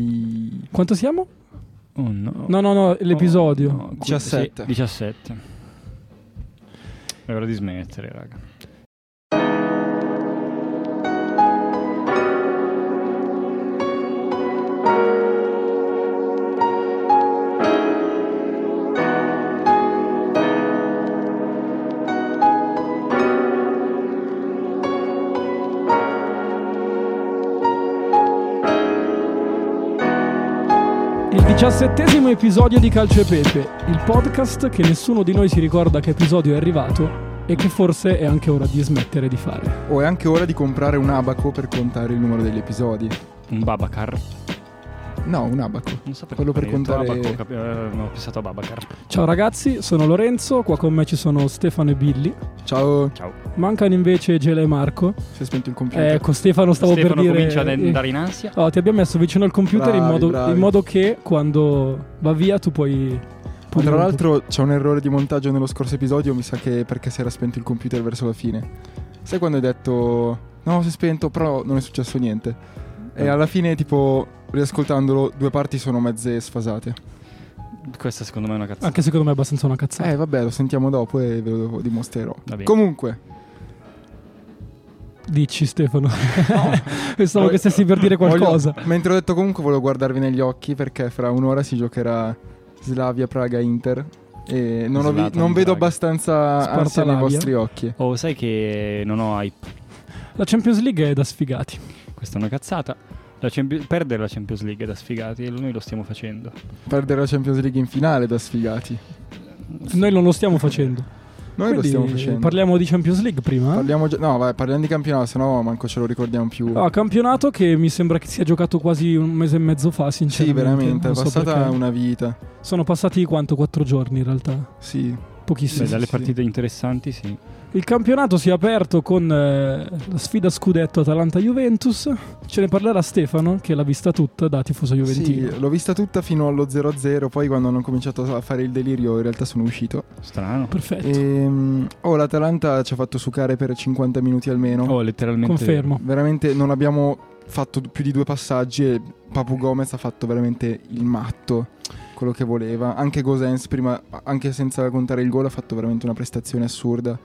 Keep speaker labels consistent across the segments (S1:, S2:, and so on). S1: Ehi, Quanto siamo?
S2: Uno.
S1: No, no, no, l'episodio.
S2: No, quindi-
S3: 17.
S2: sì, 17. È ora di smettere, raga.
S1: Il diciassettesimo episodio di Calcio e Pepe, il podcast che nessuno di noi si ricorda che episodio è arrivato e che forse è anche ora di smettere di fare.
S3: Oh, è anche ora di comprare un abaco per contare il numero degli episodi.
S2: Un Babacar.
S3: No, un abaco.
S2: Non so perché
S3: Quello per
S2: ho detto
S3: contare-
S2: Abaco, cap- eh, ho pensato a Babacar.
S1: Ciao ragazzi, sono Lorenzo, qua con me ci sono Stefano e Billy.
S3: Ciao,
S2: Ciao.
S1: Mancano invece Gela e Marco.
S3: si è spento il computer.
S1: Ecco, Stefano stavo
S2: Stefano
S1: per dire... eh,
S2: comincia ad andare in ansia.
S1: Oh, ti abbiamo messo vicino al computer in,
S3: Bravi,
S1: modo,
S3: bravi.
S1: in modo che quando va via tu puoi...
S3: Ma
S1: puoi
S3: tra l'altro c'è un errore di montaggio nello scorso episodio, mi sa che è perché si era spento il computer verso la fine. Sai quando hai detto no, si è spento, però non è successo niente. E alla fine, tipo, riascoltandolo, due parti sono mezze sfasate. Oh.
S2: Questa secondo me è una cazzata.
S1: Anche secondo me è abbastanza una cazzata.
S3: Eh, vabbè, lo sentiamo dopo e ve lo dimostrerò.
S2: Va bene.
S3: Comunque,
S1: Dici Stefano. Pensavo che stessi per dire
S3: voglio-
S1: qualcosa.
S3: mentre ho detto comunque, volevo guardarvi negli occhi perché fra un'ora si giocherà Slavia Praga Inter. E non, ho vi-
S2: Zlatan
S3: non vedo
S2: Praga.
S3: abbastanza ansia nei
S1: Spartalavia.
S3: vostri occhi.
S2: Oh, sai che non ho hype.
S1: La Champions League è da sfigati.
S2: Questa è una cazzata. La Champi- perdere la Champions League è da sfigati e noi lo stiamo facendo.
S3: Perdere la Champions League in finale da sfigati.
S1: Noi non lo stiamo facendo.
S3: Noi lo
S1: Quindi
S3: stiamo facendo.
S1: Parliamo di Champions League prima. eh?
S3: Parliamo già- no, vai, parliamo di campionato, sennò manco ce lo ricordiamo più.
S1: Ah, campionato che mi sembra che sia giocato quasi un mese e mezzo fa,
S3: sì,
S1: sinceramente.
S3: veramente, è
S1: Non so
S3: passata
S1: perché.
S3: una vita.
S1: Sono passati quanto? Quattro giorni in realtà.
S3: Sì,
S1: Pochissimo.
S2: Beh,
S3: sì,
S2: dalle
S3: sì.
S2: partite interessanti, sì.
S1: Il campionato si è aperto con eh, la sfida scudetto Atalanta-Juventus. Ce ne parlerà Stefano, che l'ha vista tutta da tifoso juventino.
S3: Sì, l'ho vista tutta fino allo 0-0, poi quando hanno cominciato a fare il delirio in realtà sono uscito.
S2: Strano.
S1: Perfetto.
S3: Ehm, oh, l'Atalanta ci ha fatto sucare per 50 minuti almeno.
S2: Oh, letteralmente.
S1: Confermo.
S3: Veramente non abbiamo fatto più di due passaggi e Papu Gomez ha fatto veramente il matto, quello che voleva. Anche Gosens prima, anche senza contare il gol, ha fatto veramente una prestazione assurda.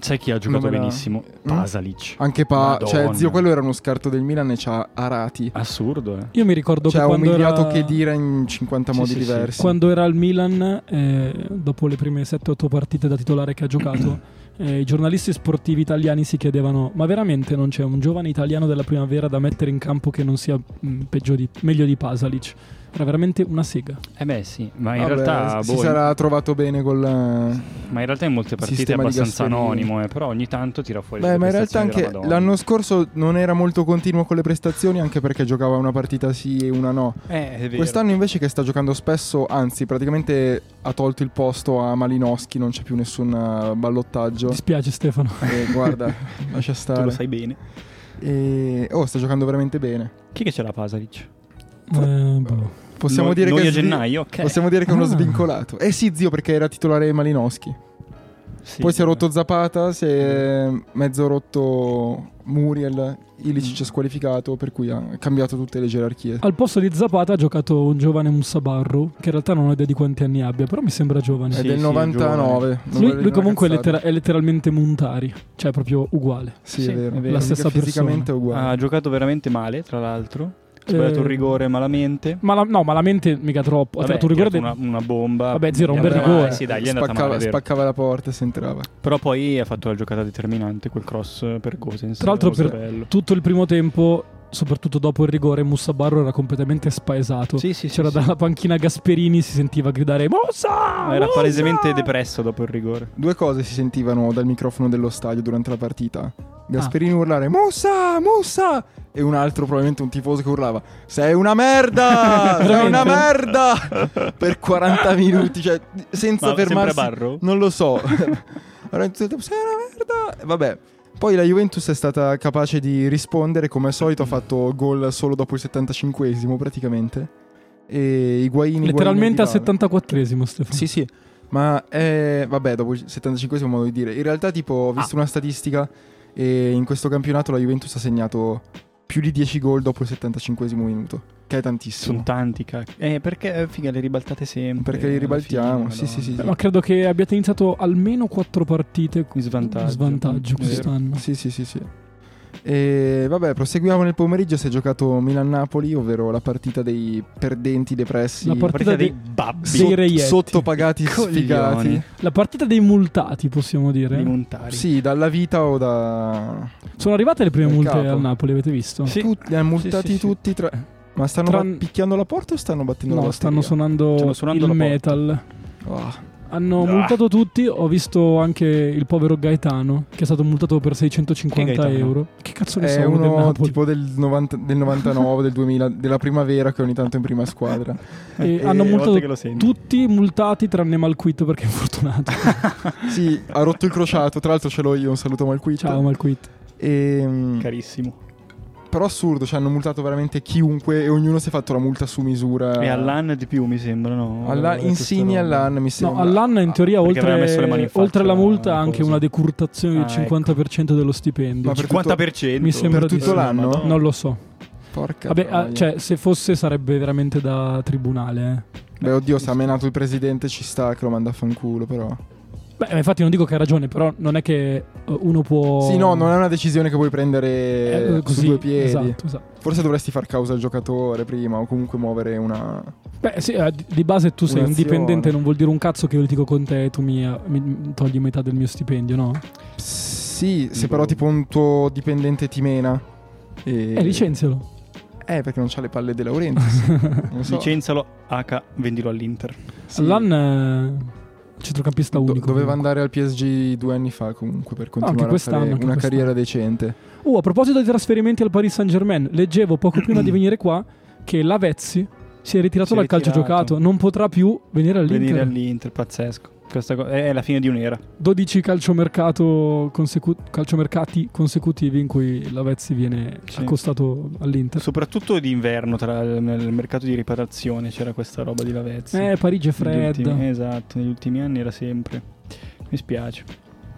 S2: Sai chi ha giocato
S3: Non me la-
S2: benissimo?
S3: Mm.
S2: Pasalic.
S3: Anche Pa,
S2: Madonna.
S3: cioè zio quello era uno scarto del Milan e ci ha arati.
S2: Assurdo, eh.
S1: Io mi ricordo
S3: Cioè
S1: che
S3: ha
S1: quando
S3: umiliato
S1: era...
S3: che dire in 50
S2: Sì,
S3: modi
S2: sì, sì.
S3: diversi.
S1: Quando era al Milan, eh, dopo le prime 7-8 partite da titolare che ha giocato, eh, i giornalisti sportivi italiani si chiedevano: ma veramente non c'è un giovane italiano della primavera da mettere in campo che non sia mh, peggio di- meglio di Pasalic? Era veramente una sega.
S2: Eh beh, sì, ma in
S3: Vabbè,
S2: realtà
S3: si
S2: boh,
S3: sarà trovato bene col...
S2: ma in realtà in molte partite è
S3: Sistema di
S2: abbastanza
S3: Gasperini.
S2: anonimo, eh, però ogni tanto tira fuori
S3: Beh,
S2: delle
S3: ma in realtà
S2: prestazioni
S3: anche
S2: della Madonna.
S3: l'anno scorso non era molto continuo con le prestazioni, anche perché giocava una partita sì e una no.
S2: Eh, è vero.
S3: Quest'anno invece che sta giocando spesso, anzi praticamente ha tolto il posto a Malinowski, non c'è più nessun eh,
S1: Mi
S3: ballottaggio.
S1: dispiace, Stefano.
S3: Eh, guarda, lascia
S2: tu lo
S3: stare.
S2: sai bene.
S3: E- oh, sta giocando veramente bene.
S2: Chi è che c'è la Pasalic?
S1: Eh, boh.
S3: Possiamo,
S2: Noi-
S3: dire,
S2: noi
S3: che
S2: a
S3: svi-
S2: gennaio, ok.
S3: possiamo dire che è uno
S1: Ah.
S3: svincolato. Eh sì, zio, perché era titolare Malinowski.
S2: Sì, Mm.
S3: Poi si è
S2: vabbè.
S3: rotto Zapata, si è mezzo rotto Muriel,
S2: Mm.
S3: Ilicic è squalificato, per cui ha cambiato tutte le gerarchie.
S2: Oh,
S1: Al posto di Zapata ha giocato un giovane Musabarru, che in realtà non ho idea di quanti anni abbia, però mi sembra giovane.
S3: È
S2: sì,
S3: del
S2: sì,
S3: 99. non
S1: lui,
S3: vorrei
S1: lui
S3: dire una
S1: comunque è,
S3: cazzata.
S1: lettera- è letteralmente Montari, cioè proprio uguale.
S3: Sì,
S2: Sì,
S3: è vero.
S2: è vero.
S1: La stessa persona.
S3: fisicamente è uguale.
S2: Ha giocato veramente male, tra l'altro. Ha sbagliato
S1: Eh.
S2: un rigore malamente.
S1: Ma la- no, ma la mente mica troppo. Ha
S2: Vabbè,
S1: tirato un
S2: ha
S1: rigore
S2: tirato una, una bomba.
S1: Vabbè, zio, era un
S2: Gli
S1: bel
S2: andava-
S1: rigore.
S2: eh Sì, dai, gli è andata
S3: spaccava,
S2: male, è vero.
S3: spaccava la porta e si entrava.
S2: Però poi ha fatto la giocata determinante, quel cross per Gosens.
S1: Tra l'altro
S2: molto
S1: per-
S2: bello.
S1: tutto il primo tempo, soprattutto dopo il rigore, Mussabarro era completamente spaesato.
S2: Sì, sì, sì,
S1: C'era
S2: sì.
S1: dalla panchina Gasperini, si sentiva gridare Mussa!
S2: Era
S1: Mussa!"
S2: palesemente depresso dopo il rigore.
S3: Due cose si sentivano dal microfono dello stadio durante la partita. Gasperini
S1: Ah.
S3: urlare Mussa, Mussa! E un altro, probabilmente un tifoso che urlava Sei una merda! sei una merda! per 40 minuti, cioè senza
S2: Ma sempre
S3: fermarsi.
S2: Barro?
S3: Non lo so. Allora, sei una merda! E Vabbè. Poi la Juventus è stata capace di rispondere, come al solito ha fatto gol solo dopo il 75esimo praticamente. E Higuain
S1: Letteralmente al
S3: Higuain e Dybala.
S1: 74esimo, Stefano.
S3: Sì, sì. Ma eh, vabbè, dopo il 75 modo di
S1: Ah.
S3: dire. In realtà, tipo, ho visto una statistica e in questo campionato la Juventus ha segnato più di 10 gol dopo il 75 minuto, che è
S2: Sono
S3: tantissimo.
S2: tanti, cacchio. Eh, perché, eh, figa, le ribaltate sempre.
S3: Perché li ribaltiamo, sì, sì, sì,
S1: Beh,
S3: sì.
S1: ma credo che abbiate iniziato almeno quattro partite
S2: In svantaggio.
S1: in svantaggio
S2: Vero.
S1: quest'anno.
S3: Sì, sì, sì, sì. E vabbè, proseguiamo nel pomeriggio. Si è giocato Milan-Napoli, ovvero la partita dei perdenti depressi,
S1: La
S2: La
S1: partita
S2: partita dei
S1: dei-
S2: babbi.
S1: Sì. dei reietti.
S3: sottopagati, sfigati.
S2: Coglioni.
S1: La partita dei multati, possiamo dire.
S2: Di montari.
S3: Sì, dalla vita o da.
S1: Sono arrivate le prime
S3: Del
S1: multe
S3: capo.
S1: al Napoli, avete visto?
S2: Sì.
S3: Tutti, li hanno multati
S2: Sì, sì, sì.
S3: tutti e tre. Ma stanno
S1: Tran-
S3: bat- picchiando la porta o stanno battendo la
S1: No, stanno
S3: batteria?
S1: suonando,
S2: Stanno suonando
S1: il
S2: la porta.
S1: metal.
S3: Ah,
S1: Hanno
S2: Ah.
S1: multato tutti, ho visto anche il povero Gaetano che è stato multato per 650
S2: Gaetano?
S1: euro. Che cazzo ne so
S3: è
S1: del
S3: uno
S1: Napoli?
S3: tipo del, 90 del 99, del 2000, della primavera che ogni tanto è in prima squadra.
S1: E
S3: eh,
S1: hanno
S3: volte
S1: multato
S2: che lo sento.
S1: tutti multati tranne Malquit perché è fortunato.
S3: Sì, ha rotto il crociato. Tra l'altro ce l'ho io, un saluto Malquita.
S1: Ciao Malquit.
S3: Ehm,
S2: Carissimo.
S3: però assurdo, cioè hanno multato veramente chiunque e ognuno si è fatto la multa su misura.
S2: E all'an di più, mi sembra, no?
S3: Ah. Alla-
S2: Questa
S3: Insigne
S2: roba.
S3: all'An mi
S1: No,
S3: sembra.
S1: all'anno in teoria
S2: Ah, perché
S1: oltre,
S2: aveva messo le mani in
S1: oltre
S2: faccia
S1: alla multa
S2: alla
S1: anche
S2: cosa.
S1: una decurtazione
S2: Ah,
S1: del 50% dello stipendio.
S3: Ma per-
S2: 50%?
S1: Mi sembra
S3: Per
S1: di
S3: tutto
S1: sì.
S3: l'anno?
S1: Non lo so.
S3: Porca
S1: Vabbè, ah,
S3: troia.
S1: cioè, se fosse sarebbe veramente da tribunale. eh.
S3: Beh, oddio, se ha menato il presidente ci sta che lo manda a fanculo, però.
S1: Beh, infatti non dico che hai ragione, però non è che eh, uno può...
S3: Sì, no, non è una decisione che puoi prendere
S1: Eh,
S3: su due piedi.
S1: Esatto, esatto.
S3: Forse dovresti far causa al giocatore prima o comunque muovere una...
S1: Beh, sì, eh, di- di base tu sei un
S3: Un'azione.
S1: dipendente, non vuol dire un cazzo che io litigo con te e tu mi, eh, mi togli metà del mio stipendio, no?
S3: Sì, se però tipo un tuo dipendente ti mena. E...
S1: Eh, licenzialo.
S3: Eh, perché non c'ha le palle De Laurentiis. non so.
S2: Licenzalo, H, vendilo all'Inter.
S3: Sì.
S1: Allan eh, centrocampista
S3: Do-
S1: unico.
S3: doveva andare al PSG due anni fa comunque per continuare a
S1: quest'anno,
S3: fare
S1: anche
S3: una
S1: quest'anno.
S3: carriera decente.
S1: Oh, a proposito dei trasferimenti al Paris Saint-Germain, leggevo poco prima di venire qua che Lavezzi si è ritirato
S2: Si è
S1: dal calcio
S2: ritirato.
S1: giocato, non potrà più venire all'Inter.
S2: Venire all'Inter, pazzesco. Questa co- è la fine di un'era.
S1: 12 calciomercato consecu- calciomercati consecutivi in cui Lavezzi viene
S2: Sì.
S1: accostato all'Inter.
S2: Soprattutto d'inverno, tra, nel mercato di riparazione c'era questa roba di Lavezzi.
S1: Eh, Parigi è
S2: Negli
S1: fredda.
S2: ultimi- esatto, negli ultimi anni era sempre. Mi spiace.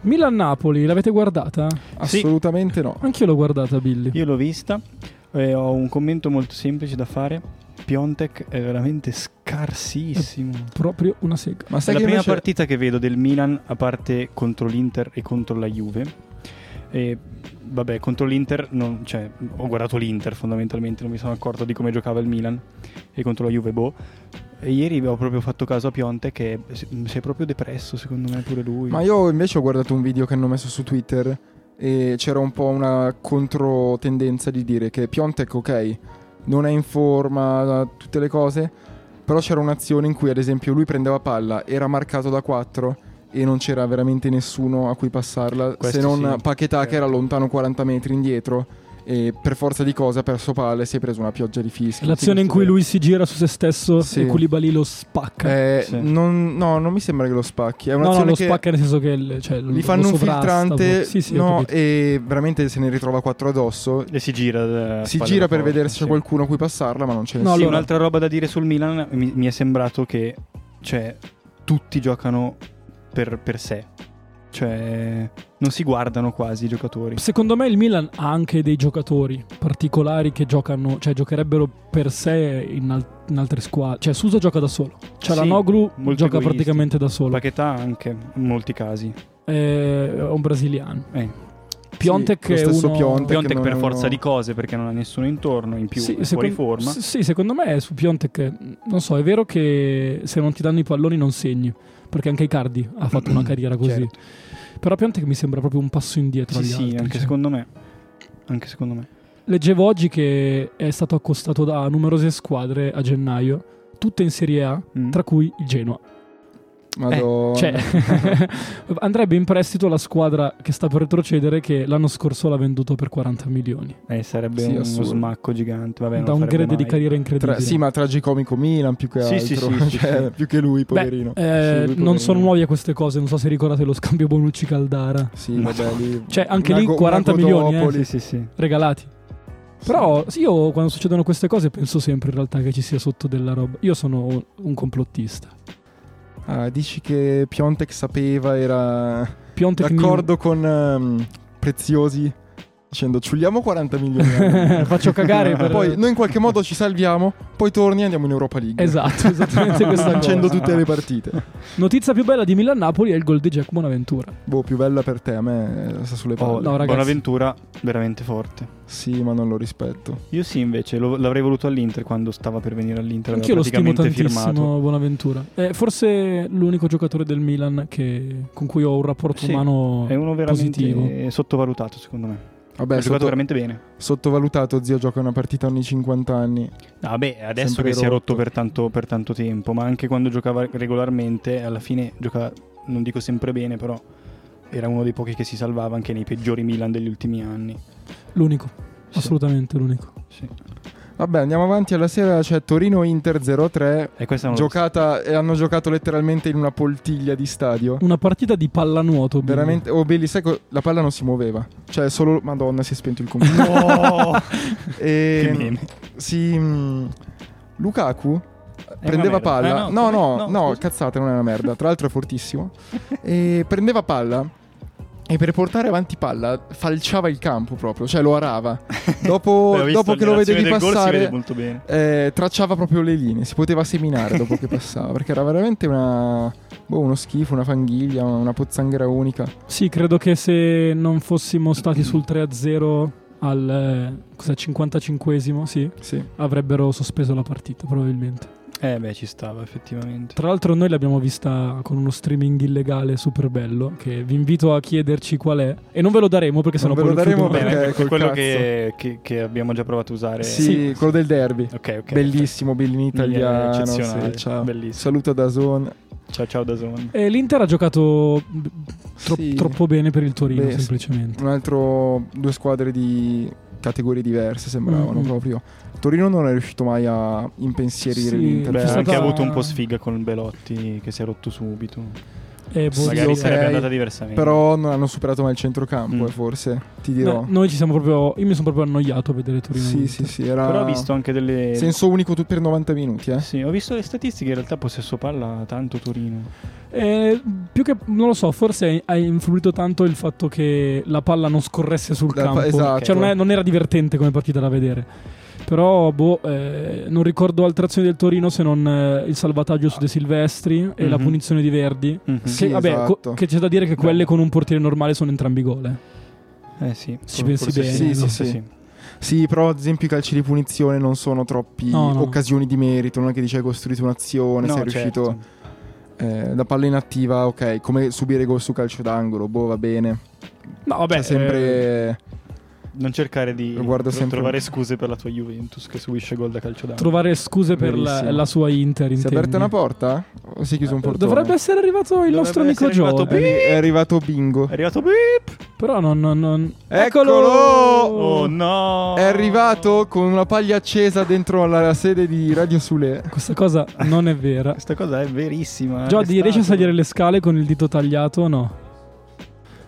S1: Milan-Napoli, l'avete guardata?
S2: Ah, Sì.
S3: Assolutamente no.
S1: Anch'io l'ho guardata, Billy.
S2: Io l'ho vista e ho un commento molto semplice da fare. Piontek è veramente scarsissimo.
S1: Proprio una sega.
S3: Ma
S2: È
S3: sai
S2: la
S3: che
S2: prima
S3: invece...
S2: partita che vedo del Milan, a parte contro l'Inter e contro la Juve. E vabbè, contro l'Inter, non- cioè, ho guardato l'Inter fondamentalmente, non mi sono accorto di come giocava il Milan e contro la Juve, boh. E ieri ho proprio fatto caso a Pionte che si si è proprio depresso, secondo me, pure lui.
S3: Ma io invece ho guardato un video che hanno messo su Twitter e c'era un po' una controtendenza di dire che Piontek, ok, non è in forma, tutte le cose, però c'era un'azione in cui ad esempio lui prendeva palla, era marcato da 4 e non c'era veramente nessuno a cui passarla,
S2: Questo
S3: se non
S2: sì. Eh.
S3: Paquetà che era lontano 40 metri indietro e per forza di cosa ha perso palla e si è preso una pioggia di fischi.
S1: L'azione in cui lui si gira su se stesso
S3: Sì.
S1: e Koulibaly lo spacca.
S3: Eh,
S2: Sì.
S3: non- no, non mi sembra che lo spacchi. È
S1: no, no,
S3: un'azione
S1: lo
S3: che...
S1: spacca nel senso che il- cioè, lo-
S3: Gli fanno
S1: lo
S3: un
S1: sovrasta,
S3: filtrante
S1: boh. Sì, sì, ho
S3: no,
S1: capito.
S3: e veramente se ne ritrova quattro addosso.
S2: E si gira. eh,
S3: Si
S2: spalle
S3: gira per
S2: forte,
S3: vedere se c'è
S2: sì.
S3: qualcuno a cui passarla, ma non ce ne
S1: No,
S2: Sì,
S3: sono.
S1: allora-
S2: un'altra roba da dire sul Milan mi, mi è sembrato che cioè, tutti giocano per, per sé. Cioè, non si guardano quasi i giocatori.
S1: Secondo me il Milan ha anche dei giocatori particolari che giocano, cioè giocherebbero per sé in, al- in altre squadre. Cioè Suso gioca da solo, Cialanoglu
S2: molto
S1: gioca
S2: egoisti.
S1: praticamente da solo,
S2: Paquetà anche, in molti casi.
S1: Eh, è un brasiliano.
S2: Eh,
S1: Piontek
S3: lo
S1: è
S3: stesso
S1: uno...
S3: Piontek. Perché
S2: Piontek
S3: non
S2: per
S3: è
S2: forza
S3: uno-
S2: di cose, perché non ha nessuno intorno, in più è fuori
S1: secon-
S2: forma.
S1: s- sì, secondo me su Piontek, non so, è vero che se non ti danno i palloni non segni, perché anche Icardi ha fatto una carriera così.
S2: Certo.
S1: Però Piontek mi sembra proprio un passo indietro
S2: Sì,
S1: agli
S2: sì,
S1: altri,
S2: anche
S1: cioè.
S2: secondo me. Anche secondo me.
S1: Leggevo oggi che è stato accostato da numerose squadre a gennaio, tutte in Serie A,
S2: Mm.
S1: tra cui il Genoa.
S3: Madonna.
S1: Cioè, andrebbe in prestito la squadra che sta per retrocedere che l'anno scorso l'ha venduto per 40 milioni.
S2: Eh, sarebbe
S3: Sì,
S2: uno
S3: assurdo.
S2: smacco gigante. Vabbè, non
S1: da
S2: lo
S1: un
S2: farebbe
S1: grade di
S2: mai.
S1: carriera incredibile.
S3: Tra- sì, ma tragicomico Milan più che
S2: Sì, sì,
S3: altro.
S2: sì, sì,
S3: Cioè,
S2: sì.
S3: Più che lui,
S1: Beh,
S3: poverino.
S1: eh,
S3: Sì, lui,
S1: non sono
S3: poverino.
S1: nuove queste cose, non so se ricordate lo scambio Bonucci-Caldara.
S3: Sì, vabbè, lì-
S1: Cioè, anche
S3: una
S1: lì
S3: go-
S1: 40
S3: una
S1: milioni, eh.
S3: Godopoli,
S2: Sì, sì, sì.
S1: Regalati.
S3: sì.
S1: Però sì, io quando succedono queste cose penso sempre in realtà che ci sia sotto della roba. Io sono un complottista.
S3: Ah, dici che Piontek sapeva, era
S1: Piontek
S3: d'accordo con ehm, Preziosi dicendo ciulliamo 40 milioni. eh."
S1: Faccio cagare per...
S3: poi noi in qualche modo ci salviamo, poi torni e andiamo in Europa League.
S1: Esatto, esattamente questa
S3: Vincendo
S1: cosa.
S3: tutte le partite.
S1: Notizia più bella di Milan-Napoli è il gol di Giacomo Bonaventura.
S3: Boh, più bella per te, a me eh, sta sulle
S2: Oh,
S3: palle.
S1: no, ragazzi.
S2: Bonaventura veramente forte.
S3: Sì, ma non lo rispetto.
S2: Io sì, invece, lo- l'avrei voluto all'Inter quando stava per venire all'Inter.
S1: Anch'io lo
S2: aveva
S1: stimo
S2: praticamente
S1: tantissimo
S2: firmato.
S1: Bonaventura. È forse l'unico giocatore del Milan che- con cui ho un rapporto
S2: Sì,
S1: umano
S2: È uno veramente
S1: Positivo.
S2: sottovalutato, secondo me.
S3: Vabbè,
S2: ha giocato
S3: sotto-
S2: veramente bene.
S3: sottovalutato, zio gioca una partita ogni 50 anni.
S2: Vabbè, Ah, adesso
S3: Sempre
S2: che si è
S3: rotto.
S2: rotto per tanto, per tanto tempo, ma anche quando giocava regolarmente, alla fine giocava, non dico sempre bene, però era uno dei pochi che si salvava anche nei peggiori Milan degli ultimi anni.
S1: L'unico,
S2: Sì,
S1: assolutamente l'unico.
S2: sì.
S3: Vabbè, andiamo avanti. Alla sera c'è Torino-Inter 0-3.
S2: E questa non lo-
S3: Giocata, e hanno giocato letteralmente in una poltiglia di stadio.
S1: Una partita di pallanuoto. Bimbo.
S3: Veramente, oh Billy, sai co- la palla non si muoveva. Cioè, solo. Madonna, si è spento il Ehm, computer.
S2: No! Che
S3: e
S2: meme.
S3: si. mm, Lukaku eh, prendeva
S2: merda.
S3: palla.
S2: Eh, no,
S3: no, no,
S2: come-
S3: no,
S2: no, scusa.
S3: cazzate, non è una merda. Tra l'altro è fortissimo. e prendeva palla. E per portare avanti palla falciava il campo proprio, cioè lo arava. Dopo,
S2: Beh, ho visto
S3: dopo che lo
S2: la reazione
S3: vedevi
S2: del gol, si vede
S3: passare,
S2: molto bene.
S3: eh, tracciava proprio le linee. Si poteva seminare dopo che passava, perché era veramente una, boh, uno schifo, una fanghiglia, una pozzanghera unica.
S1: Sì, credo che se non fossimo stati sul 3-0 al eh, cos'è, 55esimo, sì,
S3: Sì.
S1: avrebbero sospeso la partita probabilmente.
S2: Eh beh, ci stava effettivamente.
S1: Tra l'altro noi l'abbiamo vista con uno streaming illegale super bello che vi invito a chiederci qual è e non ve lo daremo perché sennò
S3: Non
S1: poi
S3: ve lo
S1: chiudo.
S3: daremo perché-
S2: Bene,
S3: col
S2: que- quello
S3: cazzo.
S2: che, che- che abbiamo già provato a usare.
S3: Sì, quello del derby.
S2: Ok, ok.
S3: Bellissimo, Billy in italiano.
S2: Migliore, eccezionale,
S3: sì, ciao.
S2: bellissimo.
S3: Saluto da Zone.
S2: Ciao, ciao Dazon.
S1: E Eh, l'Inter ha giocato mh, tro-
S3: Sì.
S1: troppo bene per il Torino,
S3: Beh, sì.
S1: semplicemente.
S3: Un altro due squadre di categorie diverse sembravano
S1: Mm.
S3: proprio. Torino non è riuscito mai a impensierire
S1: Sì,
S3: l'Inter.
S2: Beh,
S1: C'è
S2: anche
S1: stata-
S2: ha avuto un po' sfiga con Belotti che si è rotto subito.
S1: Eh, boh,
S3: Sì,
S2: Magari
S1: sì.
S3: ok.
S2: sarebbe andata diversamente.
S3: Però non hanno superato mai il centrocampo,
S2: Mm.
S3: eh, forse. Ti
S1: Eh,
S3: dirò.
S1: noi ci siamo proprio. Io mi sono proprio annoiato a vedere Torino.
S3: sì,
S1: Inter.
S3: sì, sì, era
S2: Però ho visto anche delle.
S3: senso unico tu- per 90 minuti, eh.
S2: Sì, ho visto le statistiche. In realtà possesso palla tanto Torino.
S1: Eh, più che non lo so, forse ha influito tanto il fatto che la palla non scorresse sul
S3: La pa-
S1: campo.
S3: esatto.
S1: Cioè, non, è- non era divertente come partita da vedere. Però, boh, eh, non ricordo altre azioni del Torino se non eh, il salvataggio su De Silvestri e la
S2: Mhm.
S1: punizione di Verdi.
S3: Sì,
S1: Che, vabbè,
S3: esatto.
S1: co- che c'è da dire che quelle con un portiere normale sono entrambi gol. eh.
S2: Eh sì.
S1: Ci
S2: For-
S1: pensi
S2: forse
S1: bene,
S3: no?
S2: Sì, sì,
S3: Sì.
S2: sì. sì.
S3: Sì, però ad esempio i calci di punizione non sono troppe
S1: No, no.
S3: occasioni di merito, non è che dici hai costruito un'azione,
S2: No,
S3: sei
S2: certo.
S3: riuscito eh, la palla inattiva, ok, come subire gol su calcio d'angolo, boh, va bene.
S1: No, vabbè,
S3: Cioè,
S2: eh,
S3: sempre
S2: Non cercare di
S3: Guardo
S2: tro-
S3: sempre-
S2: trovare scuse per la tua Juventus che subisce gol da calcio d'angolo.
S1: trovare scuse per la,
S3: Verissimo.
S1: la sua Inter.
S3: Si è
S1: intendi. Eh,
S3: aperta una porta? O si è chiuso un portone?
S1: Dovrebbe essere arrivato il
S2: Eh, Dovrebbe
S1: nostro amico
S2: essere arrivato
S1: Joe.
S2: Beep.
S3: È arrivato Bingo.
S2: È arrivato Beep!
S1: Però non. non- non-
S3: Eccolo!
S2: Oh no!
S3: È arrivato con una paglia accesa dentro alla sede di Radio Sule.
S1: Questa cosa non è vera.
S2: Questa cosa è verissima. eh,
S1: Jody,
S2: è
S1: riesci a
S2: stato.
S1: salire le scale con il dito tagliato o no?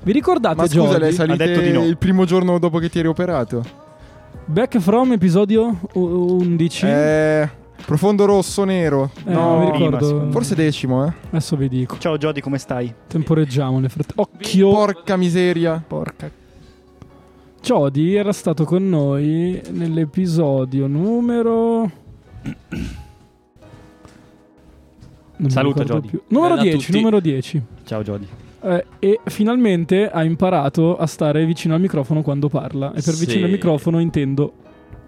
S1: Vi ricordate,
S3: Ma scusa,
S1: Jody?
S3: lei salite
S2: Ha detto di no.
S3: il primo giorno dopo che ti eri operato?
S1: Back from episodio u- 11?
S3: Eh, profondo rosso, nero.
S1: Eh,
S3: no,
S1: non mi
S2: prima,
S1: ricordo.
S2: secondo
S3: forse decimo, eh.
S1: Adesso vi dico.
S2: Ciao Jody, come stai?
S1: Temporeggiamo nel frattempo. Occhio!
S3: Porca miseria.
S2: Porca.
S1: Jody era stato con noi nell'episodio numero... Non mi
S2: Saluta,
S1: ricordo
S2: Jody.
S1: più. Numero
S4: Bella a
S1: 10,
S4: tutti.
S1: numero 10.
S2: Ciao Jody.
S1: Eh, e finalmente ha imparato a stare vicino al microfono quando parla. E per
S4: Sì.
S1: vicino al microfono intendo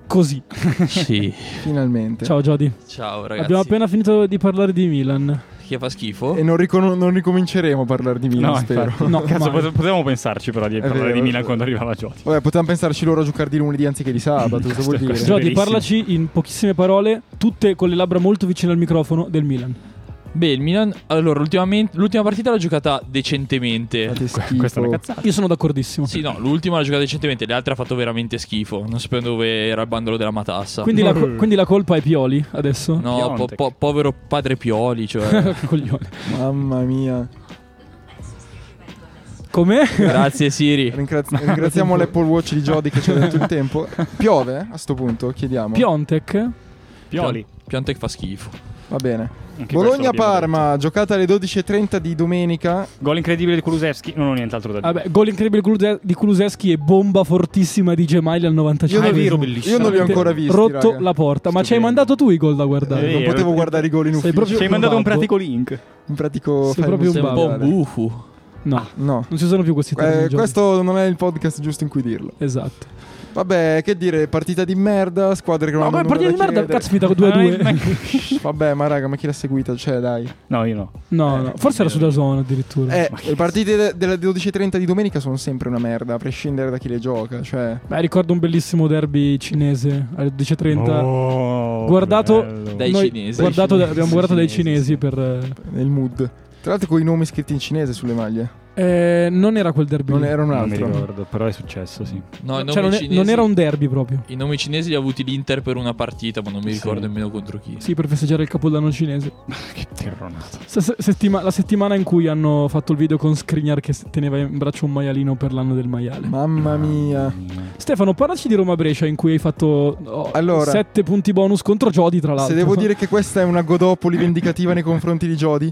S1: così.
S4: Sì.
S3: Finalmente.
S1: Ciao Jody.
S4: Ciao ragazzi.
S1: Abbiamo appena finito di parlare di Milan.
S4: Che fa schifo.
S3: E non, ricon- non ricominceremo a parlare di Milan,
S2: No,
S3: spero.
S2: infatti.
S1: No,
S2: Cazzo,
S1: mai.
S2: pot- potevamo pensarci però di parlare
S3: vero,
S2: di Milan
S3: sì.
S2: quando arrivava Jody.
S3: Vabbè, potevamo pensarci loro a giocare di lunedì anziché di sabato, cosa vuol dire?
S2: questo è
S1: Jody,
S2: verissimo.
S1: parlaci in pochissime parole, tutte con le labbra molto vicine al microfono del Milan.
S4: Beh, il Milan. Allora, ultimamente, l'ultima partita l'ha giocata decentemente.
S3: Fate schifo.
S2: Questa è una cazzata.
S1: Io sono d'accordissimo.
S4: Sì, no, l'ultima l'ha giocata decentemente, le altre ha fatto veramente schifo. Non sapevo dove era il bandolo della matassa.
S1: Quindi, la, co- quindi la colpa è Pioli adesso?
S4: No, po-
S2: Piontek.
S4: po- povero padre Pioli, cioè.
S1: Coglione.
S3: Mamma mia.
S1: Come?
S4: Grazie Siri.
S3: Ringrazi- ringraziamo l'Apple Watch di Jody che ci ha detto il tempo. Piove eh, a sto punto, chiediamo.
S1: Piontek?
S2: Pioli.
S4: Cioè, Pion- Piontek fa schifo.
S3: Va bene.
S2: Anche questo l'abbiamo
S3: Bologna-Parma, giocata alle 12.30 di domenica.
S2: detto. Gol incredibile di Kulusevski. Non ho nient'altro da dire.
S1: Vabbè, gol incredibile Kuluse- di Kuluseschi e bomba fortissima di Gemaili al
S2: Ah,
S1: 95.
S3: non-
S4: vero, bellissimo.
S3: Io non li ho ancora visti.
S1: Rotto
S3: raga.
S1: la porta, ma ci hai
S2: Stupendo.
S1: mandato tu i gol da guardare.
S2: Eh,
S3: Non
S2: Sì,
S3: potevo
S2: eh,
S3: guardare i gol in
S1: sei
S3: ufficio.
S1: proprio-
S2: Ci hai
S1: un
S2: mandato un
S1: babbo.
S2: pratico link.
S3: In pratico
S1: Sei
S3: fai
S1: proprio
S4: Sei
S3: musica
S4: un po'
S3: popolare.
S4: bufu.
S1: No,
S3: No.
S1: non ci sono più questi termini.
S3: Eh,
S1: giochi.
S3: questo non è il podcast giusto in cui dirlo.
S1: Esatto.
S3: Vabbè, che dire, partita di merda, squadre che non
S1: No, ma
S3: hanno
S1: partita di
S3: nulla da
S1: merda,
S3: chiedere.
S1: cazzo, finita
S2: Ah, ma-
S1: 2-2.
S3: Vabbè, ma raga, ma chi l'ha seguita? Cioè, dai.
S2: No, io no.
S1: No, no, forse era sulla zona addirittura.
S3: Eh,
S2: Ma che
S3: le partite de- delle 12.30 di domenica sono sempre una merda, a prescindere da chi le gioca. Cioè,
S1: Beh, ricordo un bellissimo derby cinese alle 12.30.
S2: Oh,
S1: Guardato-
S2: bello.
S4: Dai
S1: Noi
S4: cinesi.
S1: guardato da-
S2: Dai
S1: abbiamo
S2: cinesi,
S1: guardato dai
S2: cinesi,
S1: cinesi
S2: sì.
S1: per. eh,
S3: nel mood. Tra l'altro, con i nomi scritti in cinese sulle maglie.
S1: eh, non era quel derby.
S3: Non
S1: lì.
S3: era un
S2: Non mi
S3: altro.
S2: ricordo, però è successo, sì.
S4: No,
S1: Cioè,
S4: i nomi
S1: non, è-
S4: cinesi-
S1: non era un derby proprio.
S4: I nomi cinesi li ha avuti l'Inter per una partita, ma non mi
S2: Sì.
S4: ricordo nemmeno contro chi.
S1: Sì, per festeggiare il capodanno cinese.
S2: Che terronato.
S1: Se- se- settima- la settimana in cui hanno fatto il video con Skriniar che s- teneva in braccio un maialino per l'anno del maiale.
S3: Mamma mia.
S1: Stefano, parlaci di Roma Brescia in cui hai fatto oh,
S3: Allora.
S1: 7 punti bonus contro Jodi, tra l'altro.
S3: Se devo dire che questa è una godopoli vendicativa nei confronti di Jody,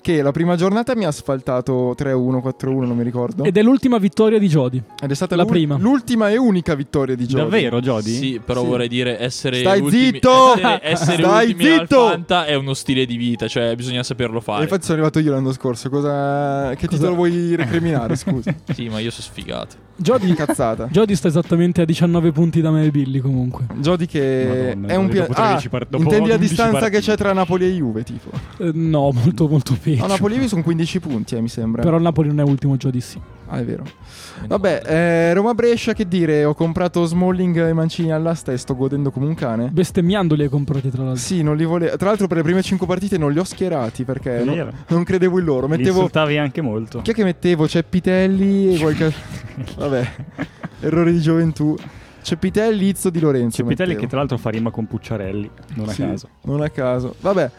S3: che la prima giornata mi ha asfaltato 3-1, 4-1, non mi ricordo. Ed
S1: Ed è l'ultima vittoria di Jodi.
S3: è stata
S1: la
S3: l'ul-
S1: prima.
S3: l'ultima e unica vittoria di Jody.
S2: Davvero, Jody?
S4: Sì, però
S3: Sì.
S4: vorrei dire essere
S3: Stai
S4: ultimi,
S3: zitto!
S4: essere, essere
S3: Stai
S4: ultimi al
S3: zitto!
S4: Fanta è uno stile di vita, cioè bisogna saperlo
S3: E
S4: fare.
S3: infatti sono arrivato io l'anno scorso. Cosa... Che
S1: Cosa-
S3: titolo vuoi recriminare? Scusa.
S4: Sì, ma io sono sfigato.
S1: Jodi,
S3: Cazzata.
S1: Jodi sta esattamente a 19 punti da me e Billy comunque.
S3: Jody che
S2: Madonna,
S3: è un
S2: dopo
S3: piano.
S2: 13 par- dopo
S3: intendi la
S2: 11
S3: distanza che
S2: partite.
S3: c'è tra Napoli e Juve, tipo.
S1: Eh, no, molto molto peggio.
S3: No, Napoli e Juve sono 15 punti, eh, mi sembra.
S1: Però il Napoli non è ultimo Jodi sì.
S3: Ah, è vero.
S4: Meno
S3: Vabbè,
S4: male.
S3: eh, Roma-Brescia, che dire? Ho comprato Smalling e Mancini all'asta e sto godendo come un cane.
S1: Bestemmiandoli hai comprati tra l'altro.
S3: Sì, non li volevo. Tra l'altro, per le prime 5 partite non li ho schierati perché
S2: È
S3: non-
S2: vero.
S3: non credevo in loro.
S2: Li
S3: Mettevo.
S2: insultavi anche molto.
S3: Chi è che mettevo? Ceppitelli e qualche. Vabbè, errore di gioventù. Ceppitelli, Izzo di Lorenzo.
S2: Ceppitelli
S3: mettevo.
S2: che tra l'altro fa rima con Pucciarelli, non a
S3: Sì,
S2: caso.
S3: Non a caso. Vabbè,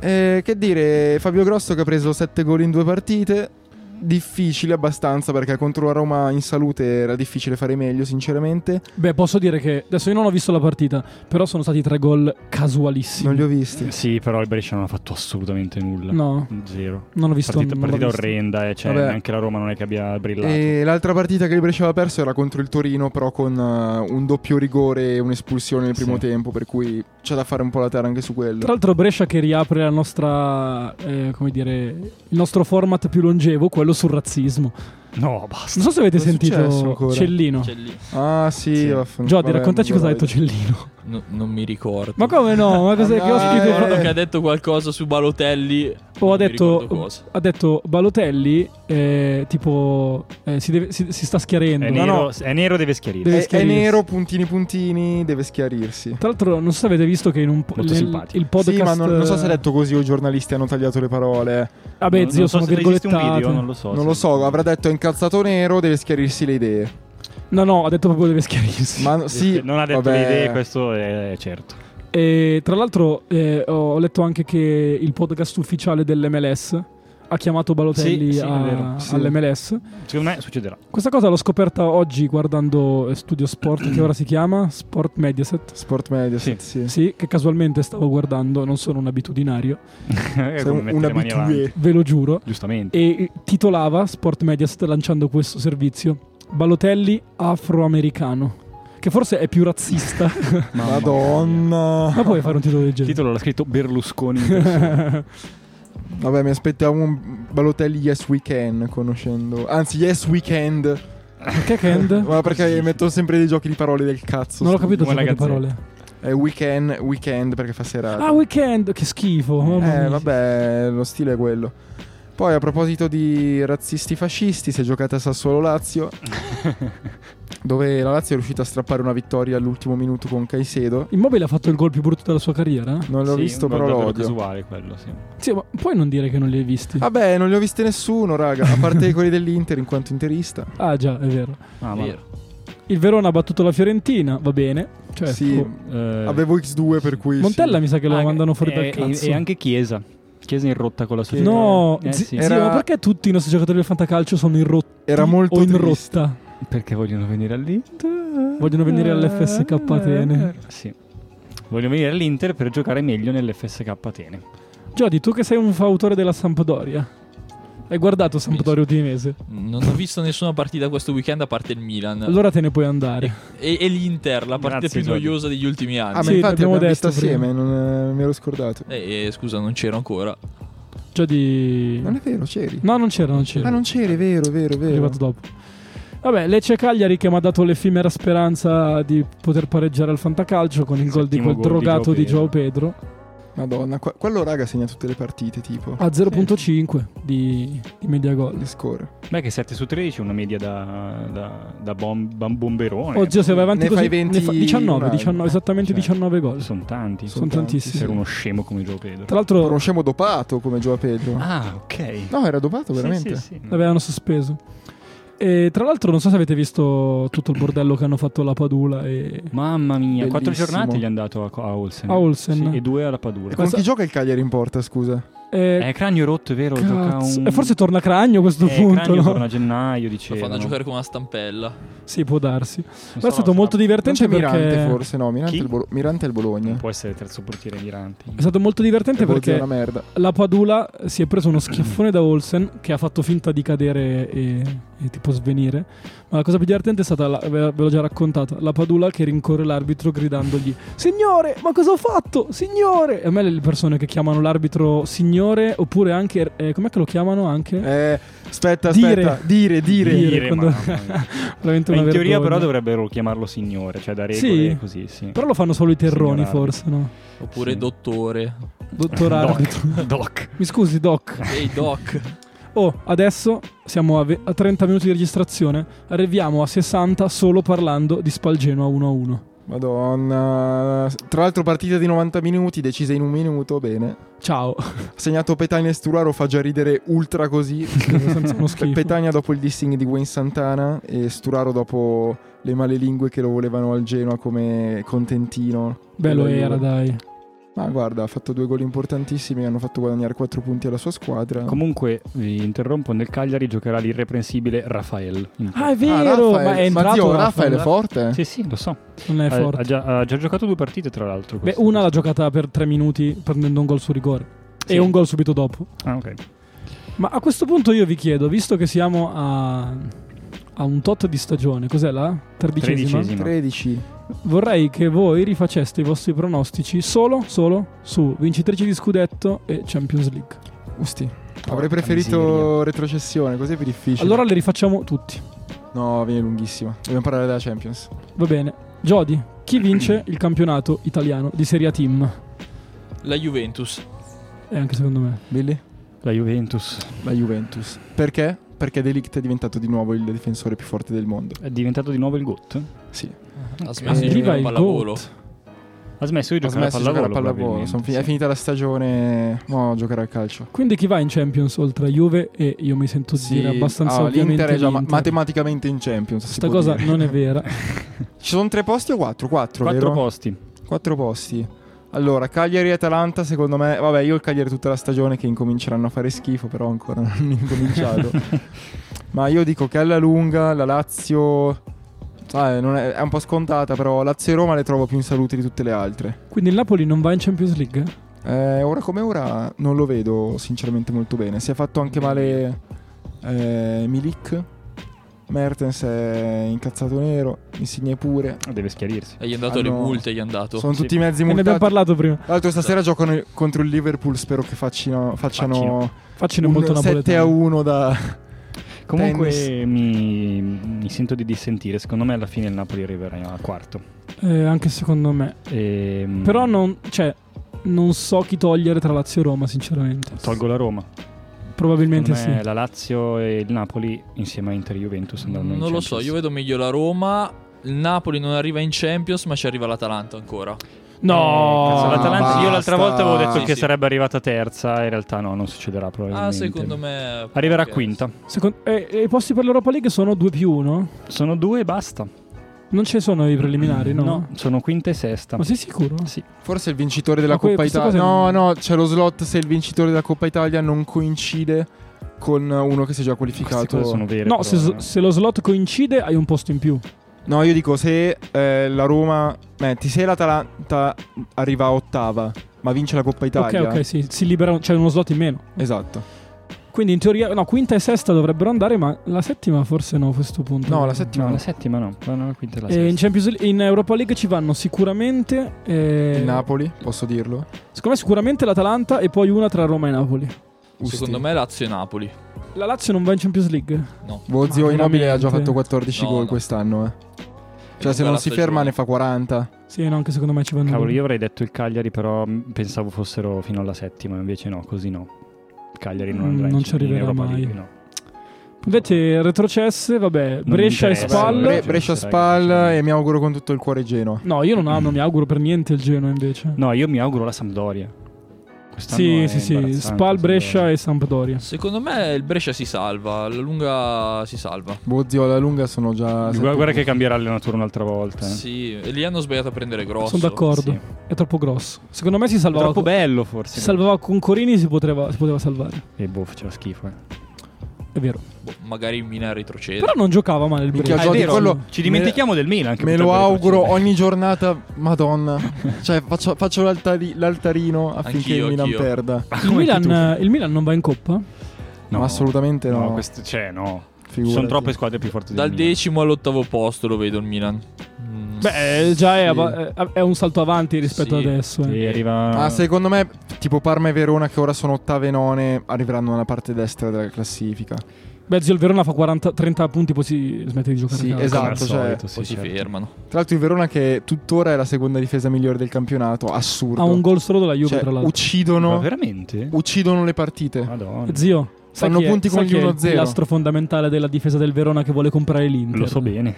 S3: eh, che dire, Fabio Grosso che ha preso 7 gol in due partite. Difficile abbastanza perché contro la Roma in salute era difficile fare meglio, sinceramente.
S1: Beh, posso dire che adesso io non ho visto la partita, però sono stati tre gol casualissimi.
S3: Non li ho visti.
S2: Sì, però il Brescia non ha fatto assolutamente nulla.
S1: No,
S2: Zero.
S1: non ho visto
S2: Partita,
S1: non l'ho
S2: partita
S1: visto.
S2: orrenda, eh, cioè
S3: Vabbè.
S2: neanche la Roma non è che abbia brillato.
S1: Eh,
S3: E l'altra partita che il Brescia aveva perso era contro il Torino, però con eh, un doppio rigore e un'espulsione nel primo
S2: Sì.
S3: tempo, per cui c'è da fare un po' la terra anche su quello.
S1: Tra l'altro Brescia che riapre la nostra, eh, come dire, il nostro format più longevo, quello sul razzismo.
S2: No, basta.
S1: Non so se avete
S3: Cosa è successo
S1: sentito
S3: ancora?
S1: Cellino.
S4: C'è lì.
S3: Ah, sì,
S2: Sì.
S3: vaffanculo.
S1: Giordi,
S3: Vabbè,
S1: raccontaci
S3: non
S1: cosa ha detto
S3: lo
S1: Cellino.
S4: No- non mi ricordo.
S1: Ma come no? Ma cos'è che ho
S3: Ah,
S4: Mi
S1: scritto?
S4: ricordo
S3: Eh.
S4: che ha detto qualcosa su Balotelli.
S1: Oh, ha
S4: non mi ricordo
S1: detto,
S4: cosa.
S1: ha detto Balotelli, eh, tipo, eh, si, deve- si- si sta schiarendo.
S2: È,
S1: No,
S2: nero,
S1: no.
S2: è nero, deve schiarire.
S1: Deve
S3: vedo. È, è
S1: schiarirsi.
S3: nero, puntini puntini, deve schiarirsi.
S1: Tra l'altro, non so se avete visto che in un po-
S2: Molto
S1: nel-
S2: simpatico.
S1: il podcast.
S3: Sì, ma non, non so se ha detto così o i giornalisti hanno tagliato le parole. eh.
S1: Vabbè,
S2: Non-
S1: Ah, zio,
S2: non so
S1: sono
S2: se esiste un
S1: virgolettate.
S2: video, non lo so.
S3: Non
S2: se-
S3: lo so, avrà detto è incazzato nero, deve schiarirsi le idee.
S1: No, no, ha detto proprio deve schiarirsi.
S3: Ma sì,
S2: Non ha detto
S3: vabbè.
S2: le idee, questo è, è certo.
S1: E, tra l'altro, eh, ho letto anche che il podcast ufficiale dell'MLS ha chiamato Balotelli
S2: Sì, sì, è
S1: a-
S2: vero,
S3: sì.
S1: all'MLS.
S2: Secondo me succederà.
S1: Questa cosa l'ho scoperta oggi guardando eh, Studio Sport, che ora si chiama Sport Mediaset.
S3: Sport media, sì. sì.
S1: Sì, che casualmente stavo guardando, non sono un abitudinario,
S2: È
S3: Sei
S2: come
S3: un,
S2: mettere
S3: un
S2: le mani avanti.
S3: abitué.
S1: ve lo giuro.
S2: Giustamente.
S1: E titolava Sport Mediaset lanciando questo servizio Balotelli afroamericano. Che forse è più razzista.
S2: Mamma mia.
S3: Madonna.
S1: Ma puoi fare un titolo del
S2: Il
S1: genere?
S2: titolo l'ha scritto Berlusconi. in persona.
S3: Vabbè, mi aspettavo un Balotelli Yes Weekend, conoscendo. Anzi, Yes Weekend.
S1: Perché Kend?
S3: Ma perché metto sempre dei giochi di parole del cazzo.
S1: Non l'ho capito
S2: Come
S1: il
S2: la
S1: gioco di
S2: Gazzetta.
S1: parole.
S3: È weekend, weekend perché fa serata.
S1: Ah, weekend! Che schifo. mamma
S3: eh,
S1: mia.
S3: vabbè, lo stile è quello. Poi a proposito di razzisti fascisti, si è giocata a Sassuolo Lazio, dove la Lazio è riuscita a strappare una vittoria all'ultimo minuto con Caicedo.
S1: Immobile ha fatto il gol più brutto della sua carriera?
S3: Non l'ho
S2: Sì,
S3: visto,
S2: un
S3: però
S2: gol
S3: lo
S2: davvero
S3: odio.
S2: casuale quello, sì.
S1: Sì, ma puoi non dire che non li hai visti. Ah,
S3: Vabbè, non li ho viste nessuno, raga. A parte quelli dell'Inter in quanto interista.
S1: già, è vero.
S2: Ah, ma-
S4: Vero.
S1: Il Verona ha battuto la Fiorentina, va bene. Cioè,
S3: sì,
S1: oh.
S2: eh,
S3: avevo X2 per cui. sì.
S1: Montella mi sa che lo
S2: Ah,
S1: mandano fuori
S2: e-
S1: dal cazzo.
S2: E, anche Chiesa. Chiesa in rotta con la sua
S1: No,
S2: Eh,
S1: zi-
S2: sì.
S1: zio,
S3: Era-
S1: ma perché tutti i nostri giocatori del fantacalcio sono in rotta?
S3: Era molto
S1: o in
S3: triste.
S1: rotta.
S2: Perché vogliono venire lì?
S1: Vogliono venire all'FSK Atene.
S2: Sì. Voglio venire all'Inter per giocare meglio nell'FSK Atene.
S1: Giodi, tu che sei un fautore della Sampdoria, hai guardato Sampdoria Udinese?
S4: Non ho visto nessuna partita questo weekend a parte il Milan.
S1: Allora te ne puoi andare.
S4: E, e l'Inter, la partita
S2: Grazie,
S4: più
S2: Giorgio.
S4: noiosa degli ultimi anni.
S3: Ah,
S1: Sì,
S3: ma infatti
S1: l'abbiamo
S3: l'abbiamo vista
S1: detto prima.
S3: assieme, non eh, mi ero scordato.
S4: Eh, eh, scusa, non c'ero ancora.
S1: Giodi...
S3: Non è vero, c'eri.
S1: No, non c'era, non c'era.
S3: Ah, non c'eri, è vero, è vero, è
S1: È
S3: vero.
S1: arrivato dopo. Vabbè, Lecce Cagliari che mi ha dato l'effimera speranza di poter pareggiare al Fantacalcio con il gol di
S2: Settimo
S1: quel
S2: gol di
S1: drogato
S2: Joao
S1: di
S2: Pedro.
S1: Joao Pedro
S3: Madonna, que- quello raga segna tutte le partite, tipo.
S1: a 0.5 di, di media gol.
S3: Le score.
S2: Beh, che 7 su 13, una media da, da, da bom- bam- bomberone.
S1: Oddio, Oh, se vai avanti
S3: Ne
S1: così
S3: fai eh, 20
S1: ne fa 19,
S3: un
S1: 19 esattamente
S3: certo.
S2: Cioè.
S1: 19 gol. Sono,
S2: Sono tanti.
S3: Sono
S1: tantissimi.
S2: Per uno scemo come Gio Pedro.
S1: Tra l'altro
S3: Uno scemo dopato come Gioa Pedro.
S2: Ah, ok.
S3: No, era dopato
S2: Sì,
S3: veramente.
S2: sì, sì.
S1: l'avevano sospeso. E tra l'altro non so se avete visto tutto il bordello che hanno fatto alla Padula e
S2: Mamma mia, quattro
S3: Bellissimo.
S2: giornate gli hanno dato a, a Olsen.
S1: a Olsen.
S2: Sì, e due alla Padula.
S3: Con
S1: Questa-
S3: chi gioca il Cagliari in porta, scusa?
S1: Eh,
S2: Eh, cranio rotto, è vero? Gioca
S1: cazzo.
S2: un...
S1: E forse torna Cragno a questo
S2: Eh,
S1: punto,
S2: Cranio
S1: no?
S2: torna a gennaio,
S4: Lo
S2: dicevo.
S4: fanno giocare con una stampella.
S1: Sì, può darsi.
S2: so,
S1: Però è stato
S2: sarà-
S1: molto
S3: Non
S1: divertente
S3: c'è Mirante
S1: perché
S3: forse, no, Mirante,
S2: Chi?
S3: è il Bolo- Mirante è il Bologna.
S2: Non può essere terzo portiere Miranti.
S1: è stato molto divertente
S3: E Bozzi è
S1: perché
S3: Cioè, una merda.
S1: La Padula si è preso uno schiaffone da Olsen che ha fatto finta di cadere e, e tipo svenire. Ma la cosa più divertente è stata, la- ve ve l'ho già raccontata, la Padula che rincorre l'arbitro gridandogli Signore, ma cosa ho fatto? Signore! E a me le persone che chiamano l'arbitro signore oppure anche... Eh, com'è che lo chiamano anche?
S3: Eh, aspetta,
S1: Dire.
S3: aspetta. Dire, dire.
S1: Dire. quando-
S2: mamma mia.
S1: Veramente
S2: Eh, In
S1: una
S2: teoria
S1: vergogna.
S2: però dovrebbero chiamarlo signore, cioè da regole
S1: Sì.
S2: così, sì.
S1: Però lo fanno solo i terroni
S2: Signor
S1: forse, no?
S4: Oppure
S2: Sì.
S4: dottore.
S1: Dottor
S2: Doc.
S1: arbitro.
S2: Doc.
S1: Mi scusi, Doc.
S4: Ehi, doc.
S1: Oh, adesso siamo a, ve- a 30 minuti di registrazione, arriviamo a 60 solo parlando di Spalgeno a 1-1.
S3: Madonna. Tra l'altro partita di 90 minuti, decisa in un minuto, bene.
S1: Ciao,
S3: Ha Segnato Petagna e Sturaro, fa già ridere ultra così.
S1: senza uno
S3: Pe-
S1: schifo.
S3: Petagna dopo il dissing di Wayne Santana e Sturaro dopo le malelingue che lo volevano al Genoa come contentino.
S1: Bello
S3: Della
S1: era,
S3: Juve.
S1: dai.
S3: Ma guarda, ha fatto due gol importantissimi, hanno fatto guadagnare 4 punti alla sua squadra.
S2: Comunque vi interrompo, nel Cagliari giocherà l'irreprensibile Rafael. In-
S1: Ah, è
S3: Ah,
S1: vero,
S3: Raffaele-
S1: ma è entrato
S3: zio,
S1: Raffaele.
S3: Raffaele è forte.
S2: Sì, sì, lo so.
S1: Non è
S2: Ha, ha
S1: forte.
S2: già, ha già giocato due partite tra l'altro.
S1: Beh,
S2: questo-
S1: una l'ha giocata per 3 minuti prendendo un gol su rigore
S2: Sì.
S1: e un gol subito dopo.
S2: Ah, ok.
S1: Ma a questo punto io vi chiedo, visto che siamo a, a un tot di stagione, cos'è la tredicesima?
S2: Tredicesima.
S3: 13.
S1: Vorrei che voi rifaceste i vostri pronostici solo, solo su vincitrici di scudetto e Champions League.
S3: Usti.
S2: Porca
S3: Avrei preferito
S2: miseria.
S3: retrocessione, così è più difficile.
S1: Allora le rifacciamo tutti.
S3: No, viene lunghissima. Dobbiamo parlare della Champions.
S1: Va bene. Jody, chi vince il campionato italiano di Serie A Team?
S4: La Juventus.
S1: E anche secondo me.
S3: Billy?
S2: La Juventus
S3: La Juventus. Perché? Perché Delict è diventato di nuovo il difensore più forte del mondo.
S2: è diventato di nuovo il GOT.
S3: Sì.
S4: Ha smesso di
S1: Eh,
S4: giocare a
S1: viva il
S4: pallavolo.
S1: GOAT.
S2: Ha smesso di
S3: Ha
S2: giocare a
S3: smesso di giocare a
S2: pallavolo.
S3: pallavolo. son
S2: probabilmente,
S3: fi- È
S2: sì.
S3: finita la stagione. Mo' giocare a calcio.
S1: Quindi chi va in Champions oltre a Juve e io mi sento dire abbastanza
S3: ah,
S1: ovviamente
S3: l'Inter è già ma-
S1: l'Inter.
S3: matematicamente in Champions. si
S1: Questa
S3: può
S1: cosa
S3: dire.
S1: non è vera.
S3: Ci sono tre posti o quattro? Quattro,
S2: Quattro
S3: vero?
S2: posti.
S3: Quattro posti. Allora, Cagliari e Atalanta, secondo me. Vabbè, io il Cagliari tutta la stagione che incominceranno a fare schifo, però ancora non hanno incominciato. Ma io dico che alla lunga la Lazio. sai, non è, è un po' scontata, però Lazio e Roma le trovo più in salute di tutte le altre.
S1: Quindi il Napoli non va in Champions League?
S3: Eh, ora come ora non lo vedo sinceramente molto bene. Si è fatto anche male eh, Milik. Mertens è incazzato nero, Insigne pure.
S2: Deve schiarirsi.
S4: E gli è andato
S3: Hanno-
S4: le multe, gli è andato.
S3: Sono
S2: Sì.
S3: tutti mezzi
S1: E ne abbiamo
S3: multati.
S1: parlato prima.
S3: Tra l'altro stasera
S4: Esatto.
S3: giocano contro il Liverpool, spero che facciano, facciano
S1: Faccene molto
S3: un 7 a
S1: napoletano.
S3: 1 da...
S2: Comunque mi, mi sento di dissentire. Secondo me alla fine il Napoli arriverà a quarto.
S1: Eh, anche secondo me.
S2: Ehm,
S1: Però non, cioè, non so chi togliere tra Lazio e Roma, sinceramente.
S2: Tolgo la Roma.
S1: Probabilmente
S2: Secondo me
S1: sì.
S2: La Lazio e il Napoli insieme a Inter e Juventus andranno in
S4: Non lo
S2: Champions.
S4: so, io vedo meglio la Roma. Il Napoli non arriva in Champions, ma ci arriva l'Atalanta ancora. Ah,
S1: No,
S2: Eh, cazzo,
S3: Ah,
S2: l'Atalanta-
S3: basta.
S2: io l'altra volta avevo detto
S4: Sì,
S2: che
S4: sì.
S2: sarebbe arrivata terza, in realtà no, non succederà
S4: Ah,
S2: probabilmente.
S4: secondo me.
S2: Arriverà
S4: perché-
S2: quinta.
S1: Secon- eh, e i posti per l'Europa League sono 2 più 1?
S2: Sono due e basta.
S1: Non ci sono i preliminari, no?
S2: sono quinta e sesta.
S1: Ma sei sicuro?
S2: Sì.
S3: Forse il vincitore della
S1: Ma que-
S3: Coppa
S1: queste
S3: Italia... No,
S1: cose non-
S3: no, c'è lo slot se il vincitore della Coppa Italia non coincide con uno che si è già
S2: Queste
S3: qualificato.
S2: cose sono vere.
S1: No,
S2: però,
S1: se,
S2: eh.
S1: se lo slot coincide hai un posto in più.
S3: No, io dico se eh, la Roma. Metti, se l'Atalanta arriva a ottava, ma vince la Coppa
S1: Ok,
S3: Italia.
S1: ok, sì, si liberano, c'è uno slot in meno.
S3: Esatto.
S1: Quindi in teoria, no, quinta e sesta dovrebbero andare, ma la settima forse no a questo punto.
S3: No, la
S2: No,
S3: settima.
S2: la settima no, vanno alla quinta e alla
S1: E Eh, in,
S2: sesta.
S1: Champions League- in Europa League ci vanno sicuramente. eh,
S3: Il Napoli, posso dirlo?
S1: Secondo me, sicuramente l'Atalanta e poi una tra Roma e Napoli.
S3: Usti.
S4: Secondo me Lazio e Napoli.
S1: La Lazio non va in Champions League.
S4: No.
S3: Boh, zio
S1: Ma
S3: Immobile ha
S1: veramente?
S3: già fatto 14
S4: No,
S3: gol
S4: no.
S3: quest'anno, eh. Cioè,
S4: Comunque
S3: se non
S4: la
S3: si
S4: stagione-
S3: ferma, ne fa 40.
S1: Sì, no, anche secondo me ci vanno.
S2: Cavolo, io avrei detto il Cagliari, però mh, pensavo fossero fino alla settima, invece no, così no. Cagliari non
S1: Mm,
S2: andrà in-
S1: non ci
S2: in
S1: arriverà
S2: Europa
S1: mai.
S2: League, no.
S1: Invece retrocesse, vabbè,
S2: mi
S1: Brescia e
S2: interessa,
S1: Spal.
S2: Bre-
S3: Bre-
S2: Giusto,
S3: Brescia
S2: ragazzi,
S3: Spal
S2: cioè.
S3: e mi auguro con tutto il cuore Genoa.
S1: No, io non amo, mi auguro per niente il Genoa invece.
S2: No, io mi auguro la Sampdoria. Quest'anno
S1: sì,
S2: è
S1: sì, sì,
S2: imbarazzante,
S1: Spal,
S2: Sampdoria.
S1: Brescia e Sampdoria.
S4: Secondo me il Brescia si salva, la lunga si salva.
S3: Boh, zio, alla lunga sono già.
S2: Guarda,
S3: sette
S2: guarda che
S3: punti.
S2: cambierà allenatore un'altra volta. eh.
S4: Sì, e lì hanno sbagliato a prendere grosso.
S1: Sono d'accordo,
S2: Sì.
S1: è troppo grosso. Secondo me si salvava,
S2: Troppo
S1: con,
S2: bello forse.
S1: si salvava con Corini, si poteva, si poteva salvare.
S2: E boh, faceva schifo.
S3: Ah,
S2: eh.
S1: È vero.
S4: Boh, magari il Milan retrocede.
S1: Però non giocava male il
S3: Minchia,
S1: Brescia.
S3: Ah, è giochi- vero, quello-
S2: Ci dimentichiamo del Milan. che
S3: Me lo
S2: potrebbe
S3: auguro
S2: retrocedere.
S3: ogni giornata, madonna. Cioè, faccio, faccio l'altari- l'altarino affinché
S4: Anch'io,
S3: il Milan
S4: anch'io.
S3: perda.
S1: Il Milan, il Milan non va in coppa?
S3: Ah, No, assolutamente no.
S2: No, questo- cioè, no. Ci
S3: Figurati.
S2: sono troppe squadre più forti
S4: Dal
S2: del Milan.
S4: decimo all'ottavo posto lo vedo il Milan. Mm,
S1: Beh, eh, già è,
S3: Sì.
S1: av- è un salto avanti rispetto
S4: Sì.
S1: ad adesso. eh.
S2: Sì, arriva...
S3: Ah, secondo me, tipo Parma e Verona, che ora sono ottave e none, arriveranno alla parte destra della classifica.
S1: Beh, zio, il Verona fa 40, 30 punti, poi si smette di giocare.
S3: Sì,
S1: a calcio.
S3: esatto,
S2: Come al
S3: cioè,
S2: solito, sì,
S4: poi si
S2: certo.
S4: fermano.
S3: Tra l'altro, il Verona, che tuttora è la seconda difesa migliore del campionato, assurdo.
S1: Ha un gol solo della Juve,
S3: Cioè,
S1: tra l'altro.
S2: Ma
S3: uccidono,
S2: veramente?
S3: uccidono le partite.
S2: Madonna.
S1: Zio, sai
S3: Fanno
S1: chi è-
S3: punti
S1: sai
S3: con gli
S1: chi è
S3: 1-0.
S1: Il pilastro fondamentale della difesa del Verona che vuole comprare l'Inter.
S2: Lo so bene.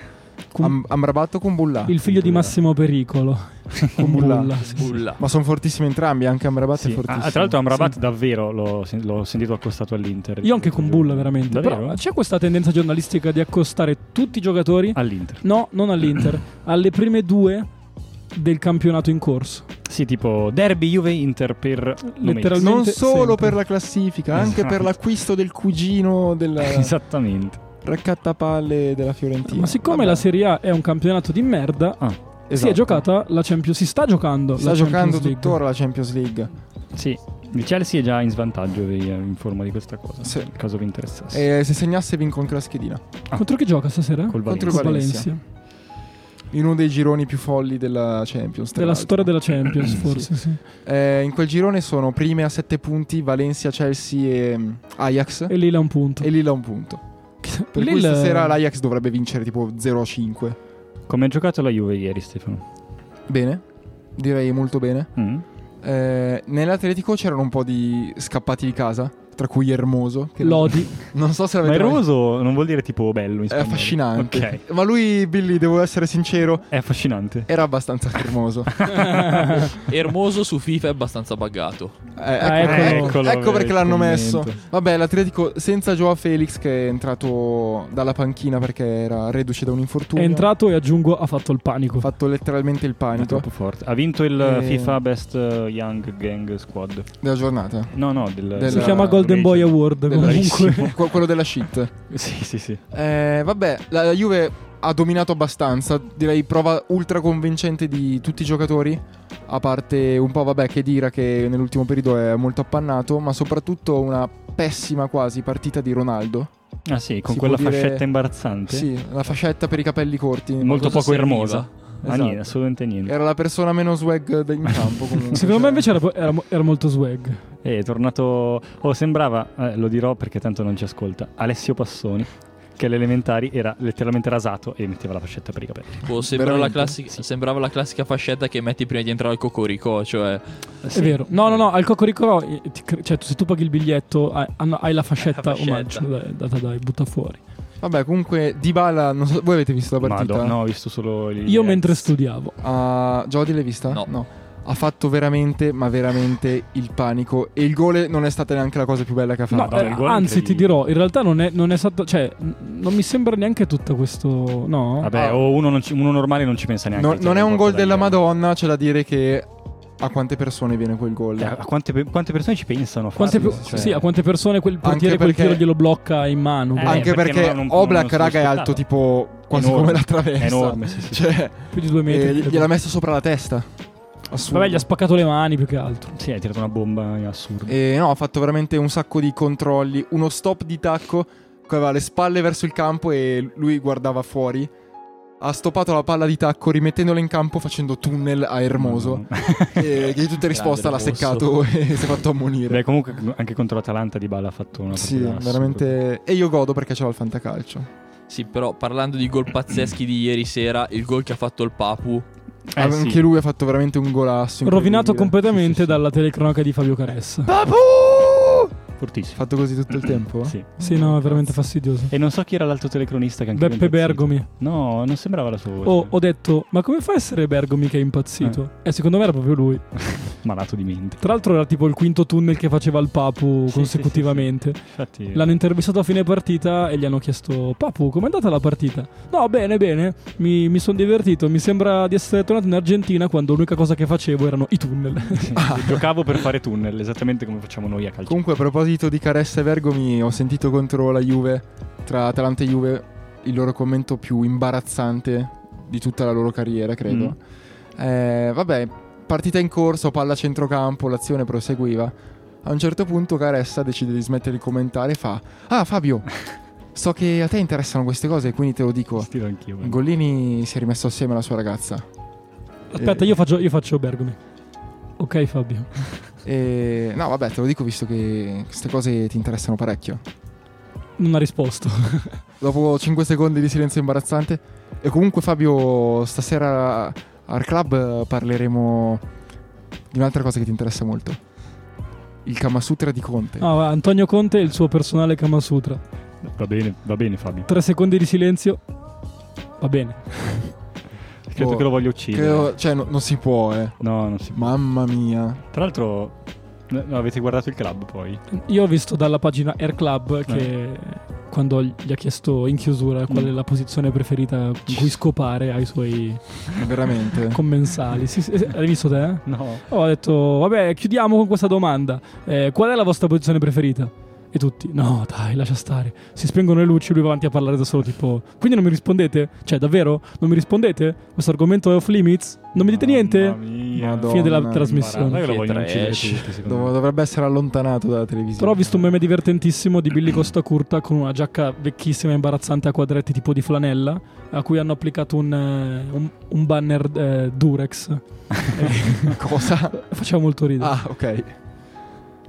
S1: Cum-
S3: Am- Amrabatto con Bulla.
S1: il figlio di Massimo Pericolo. Con
S3: Kumbulla.
S1: Bulla, sì, sì.
S4: Bulla.
S3: Ma sono fortissimi entrambi, anche Amrabat
S2: Sì.
S3: è fortissimo.
S2: Ah, tra l'altro Amrabat davvero l'ho, sen- l'ho sentito accostato all'Inter.
S1: Io anche con Bulla, veramente.
S2: Davvero?
S1: Però c'è questa tendenza giornalistica di accostare tutti i giocatori,
S2: All'Inter.
S1: no, non all'Inter, alle prime due del campionato in corso.
S2: Sì, tipo derby Juve-Inter per... Lomeli.
S1: Letteralmente-
S3: non solo
S1: sempre.
S3: per la classifica, anche
S2: Esatto.
S3: per l'acquisto del cugino della
S2: Esattamente.
S3: raccattapalle della Fiorentina.
S1: Esatto. Ma siccome
S3: Vabbè,
S1: la Serie A è un campionato di merda, si
S3: esatto.
S1: è giocata la Champions, si sta giocando
S3: Sta
S1: la
S3: giocando
S1: Champions League.
S3: tuttora la Champions League.
S2: Sì, il Chelsea è già in svantaggio vi- in forma di questa cosa.
S3: Sì.
S2: Nel caso vi interessasse.
S3: E se segnasse vincono con la schedina.
S1: Contro chi gioca stasera?
S2: Col
S3: Ah. contro
S2: Valencia.
S3: il
S1: Con
S3: Valencia. In uno dei gironi più folli della Champions. tra
S1: Della
S3: l'altro.
S1: storia della Champions, forse. sì.
S3: Eh, in quel girone sono prime a 7 punti Valencia, Chelsea e mm, Ajax.
S1: E Lille ha un punto.
S3: E Lille ha un punto. Per
S1: Esatto.
S3: cui
S1: Lille-
S3: stasera l'Ajax dovrebbe vincere tipo 0-5.
S2: Come ha giocato la Juve ieri, Stefano?
S3: Bene, direi molto bene.
S2: Mm?
S3: Eh, nell'Atletico c'erano un po' di scappati di casa, tra cui Ermoso. Che non-
S1: Lodi.
S3: Non so se
S2: Ma
S3: l'avete mai-
S2: eroso non vuol dire tipo bello in
S3: È
S2: spagnolo.
S3: affascinante.
S2: Ok,
S3: Ma lui, Billy, devo essere sincero,
S2: è affascinante.
S3: era abbastanza fermoso. Eh,
S4: Ermoso su FIFA è abbastanza buggato.
S1: eccolo.
S3: Eh, ecco,
S2: Ah, Eccolo,
S3: ecco perché
S2: il
S3: l'hanno
S2: commento.
S3: messo. Vabbè, l'Atletico senza Joao Felix che è entrato dalla panchina perché era reduce da un
S1: È
S3: infortunio.
S1: entrato e aggiungo ha fatto il panico.
S3: Ha fatto letteralmente il
S2: È
S3: panico
S2: troppo forte. Ha vinto il
S3: Eh.
S2: FIFA Best eh, Young Gang Squad.
S3: della giornata.
S2: No, no, del...
S3: Del-
S1: si chiama Golden Boy Award
S3: Del-
S1: comunque.
S3: Que- Quello della shit.
S2: Sì, sì, sì.
S3: Eh, vabbè, la, la Juve ha dominato abbastanza, direi prova ultra convincente di tutti i giocatori, a parte un po' vabbè che Dira che nell'ultimo periodo è molto appannato, ma soprattutto una pessima quasi partita di Ronaldo.
S2: Ah sì, con
S3: Si
S2: quella
S3: può dire-
S2: fascetta imbarazzante.
S3: Sì, la fascetta per i capelli corti.
S2: Molto
S4: Cosa
S2: poco
S4: serviva?
S2: ermosa. Ah,
S3: Esatto.
S2: niente, assolutamente niente.
S3: Era la persona meno swag del campo comunque.
S1: Secondo
S3: cioè.
S1: me invece era, po- era mo- era molto swag.
S2: Eh, è tornato. Oh, sembrava, eh, lo dirò perché tanto non ci ascolta. Alessio Passoni, che alle elementari era letteralmente rasato e metteva la fascetta per i capelli.
S4: Boh, sembrava, la
S3: Veramente?
S4: classica, sembrava la classica fascetta che metti prima di entrare al Cocorico. Cioè,
S1: È vero. No, no, no, al Cocorico eh, ti cre- cioè tu- se tu paghi il biglietto hai, hanno- hai la fascetta
S4: La fascetta.
S1: omaggio dai, data dai, butta fuori.
S3: Vabbè, comunque Dybala, non so, voi avete visto la partita?
S2: Madonna, no, ho visto solo il.
S1: Io mentre studiavo.
S3: Ah, Jody l'hai vista?
S4: No.
S3: Ha fatto veramente, ma veramente il panico. E il gol non è stata neanche la cosa più bella che ha
S1: No,
S3: fatto.
S2: Madonna,
S1: eh,
S2: Ah, il gol è
S1: anzi ti
S2: incredibile.
S1: dirò, in realtà non è, non è stato, cioè n- non mi sembra neanche tutto questo, no?
S2: Vabbè,
S3: Ah.
S2: o uno, non ci- uno normale non ci pensa neanche.
S3: No-
S2: cioè,
S3: non è un gol
S2: guarda
S3: della
S2: lì.
S3: Madonna, c'è da dire che a quante persone viene quel gol.
S2: Eh, a quante, pe- quante persone ci pensano? a
S1: Quante
S2: farlo,
S1: pe-
S2: cioè?
S1: sì, a quante persone quel portiere quel
S3: perché-
S1: tiro glielo blocca in mano.
S2: Eh,
S1: boh.
S3: Anche
S2: perché
S3: perché,
S2: non- non- non
S3: Oblak,
S2: se lo
S3: raga, è
S2: aspettava.
S3: alto tipo quasi
S2: Enorme.
S3: come la traversa.
S2: È enorme, sì, sì.
S3: Cioè,
S1: più di due
S3: e
S1: metri.
S3: gli- gliel'ha messa sopra la testa. Assurdo.
S1: Vabbè, gli ha spaccato le mani più che altro.
S2: Sì, hai tirato una bomba assurda.
S3: E no, ha fatto veramente un sacco di controlli, uno stop di tacco, che aveva le spalle verso il campo e lui guardava fuori. Ha stoppato la palla di tacco rimettendola in campo facendo tunnel a Hermoso.
S2: Madonna.
S3: E che di tutte risposte l'ha
S4: Grande
S3: seccato e si è fatto ammonire.
S2: Beh, comunque anche contro l'Atalanta di Bala ha fatto una
S3: Sì,
S2: partita assurda.
S3: veramente. E io godo perché c'era il fantacalcio.
S4: Sì, però parlando di gol pazzeschi di ieri sera, il gol che ha fatto il Papu.
S2: Eh,
S3: Anche
S2: sì.
S3: lui ha fatto veramente un golasso. incredibile.
S1: Rovinato completamente
S2: Sì, sì, Eh, sì.
S1: dalla telecronaca di Fabio Caressa.
S3: Papu!
S2: Fortissimo.
S3: Fatto così tutto il tempo?
S2: Sì.
S1: Sì, no, è veramente fastidioso.
S2: E non so chi era l'altro telecronista che anche lui è
S1: Beppe
S2: impazzito.
S1: Bergomi.
S2: No, non sembrava la sua voce.
S1: Oh, ho detto, ma come fa a essere Bergomi che è impazzito? Eh, secondo me era proprio lui.
S2: Malato di mente.
S1: Tra l'altro era tipo il quinto tunnel che faceva il Papu
S2: Sì,
S1: consecutivamente.
S2: Infatti,
S1: L'hanno intervistato a fine partita e gli hanno chiesto: Papu, com'è andata la partita? No, bene, bene, mi, sono divertito. Mi sembra di essere tornato in Argentina quando l'unica cosa che facevo erano i tunnel.
S2: sì, giocavo per fare tunnel, esattamente come facciamo noi a calcio.
S3: Comunque, a proposito di Caressa e Vergomi, ho sentito contro la Juve, tra Atalanta e Juve, il loro commento più imbarazzante di tutta la loro carriera, credo. Eh, vabbè, partita in corso, palla a centrocampo, l'azione proseguiva. A un certo punto Caressa decide di smettere di commentare e fa: Ah, Fabio, so che a te interessano queste cose, quindi te lo dico.
S2: Stilo anch'io. eh.
S3: Gollini si è rimesso assieme alla sua ragazza.
S1: Aspetta,
S3: Eh.
S1: io faccio, io faccio Bergomi. Ok, Fabio.
S3: E... No, vabbè, te lo dico visto che queste cose ti interessano parecchio.
S1: Non ha risposto.
S3: dopo 5 secondi di silenzio imbarazzante. E comunque, Fabio, stasera al club eh, parleremo di un'altra cosa che ti interessa molto: il Kama Sutra di Conte.
S1: No, va, Antonio Conte e il suo personale Kamasutra.
S2: Va bene, va bene Fabio.
S1: Tre secondi di silenzio. Va bene.
S2: Credo
S3: Oh,
S2: che lo voglio uccidere.
S3: Credo- cioè, no- non si può, eh.
S2: No, non si può.
S3: Mamma mia.
S2: Tra l'altro, n- no, avete guardato il club poi?
S1: Io ho visto dalla pagina Air Club che quando gli ha chiesto in chiusura qual è la posizione preferita in cui scopare ai suoi
S3: Veramente.
S1: commensali. Sì, sì, sì, l'hai visto te? eh?
S2: No.
S1: Oh, ho detto, vabbè, chiudiamo con questa domanda. Eh, qual è la vostra posizione preferita? E tutti, no, dai, lascia stare. Si spengono le luci, lui va avanti a parlare da solo, tipo, quindi non mi rispondete? Cioè, davvero? Non mi rispondete? Questo argomento è off limits? Non mi dite niente?
S3: Madonna.
S1: Fine della
S3: Madonna,
S1: trasmissione.
S2: Guarda che lo
S4: Che
S2: vogliono uccidere
S4: trash.
S2: tutti, secondo
S3: Dov-
S2: me.
S3: dovrebbe essere allontanato dalla televisione.
S1: Però ho visto un meme divertentissimo di Billy Costa Curta con una giacca vecchissima e imbarazzante a quadretti tipo di flanella, a cui hanno applicato un, eh, un- un banner eh, Durex.
S3: cosa.
S1: Faceva molto ridere.
S3: Ah, ok.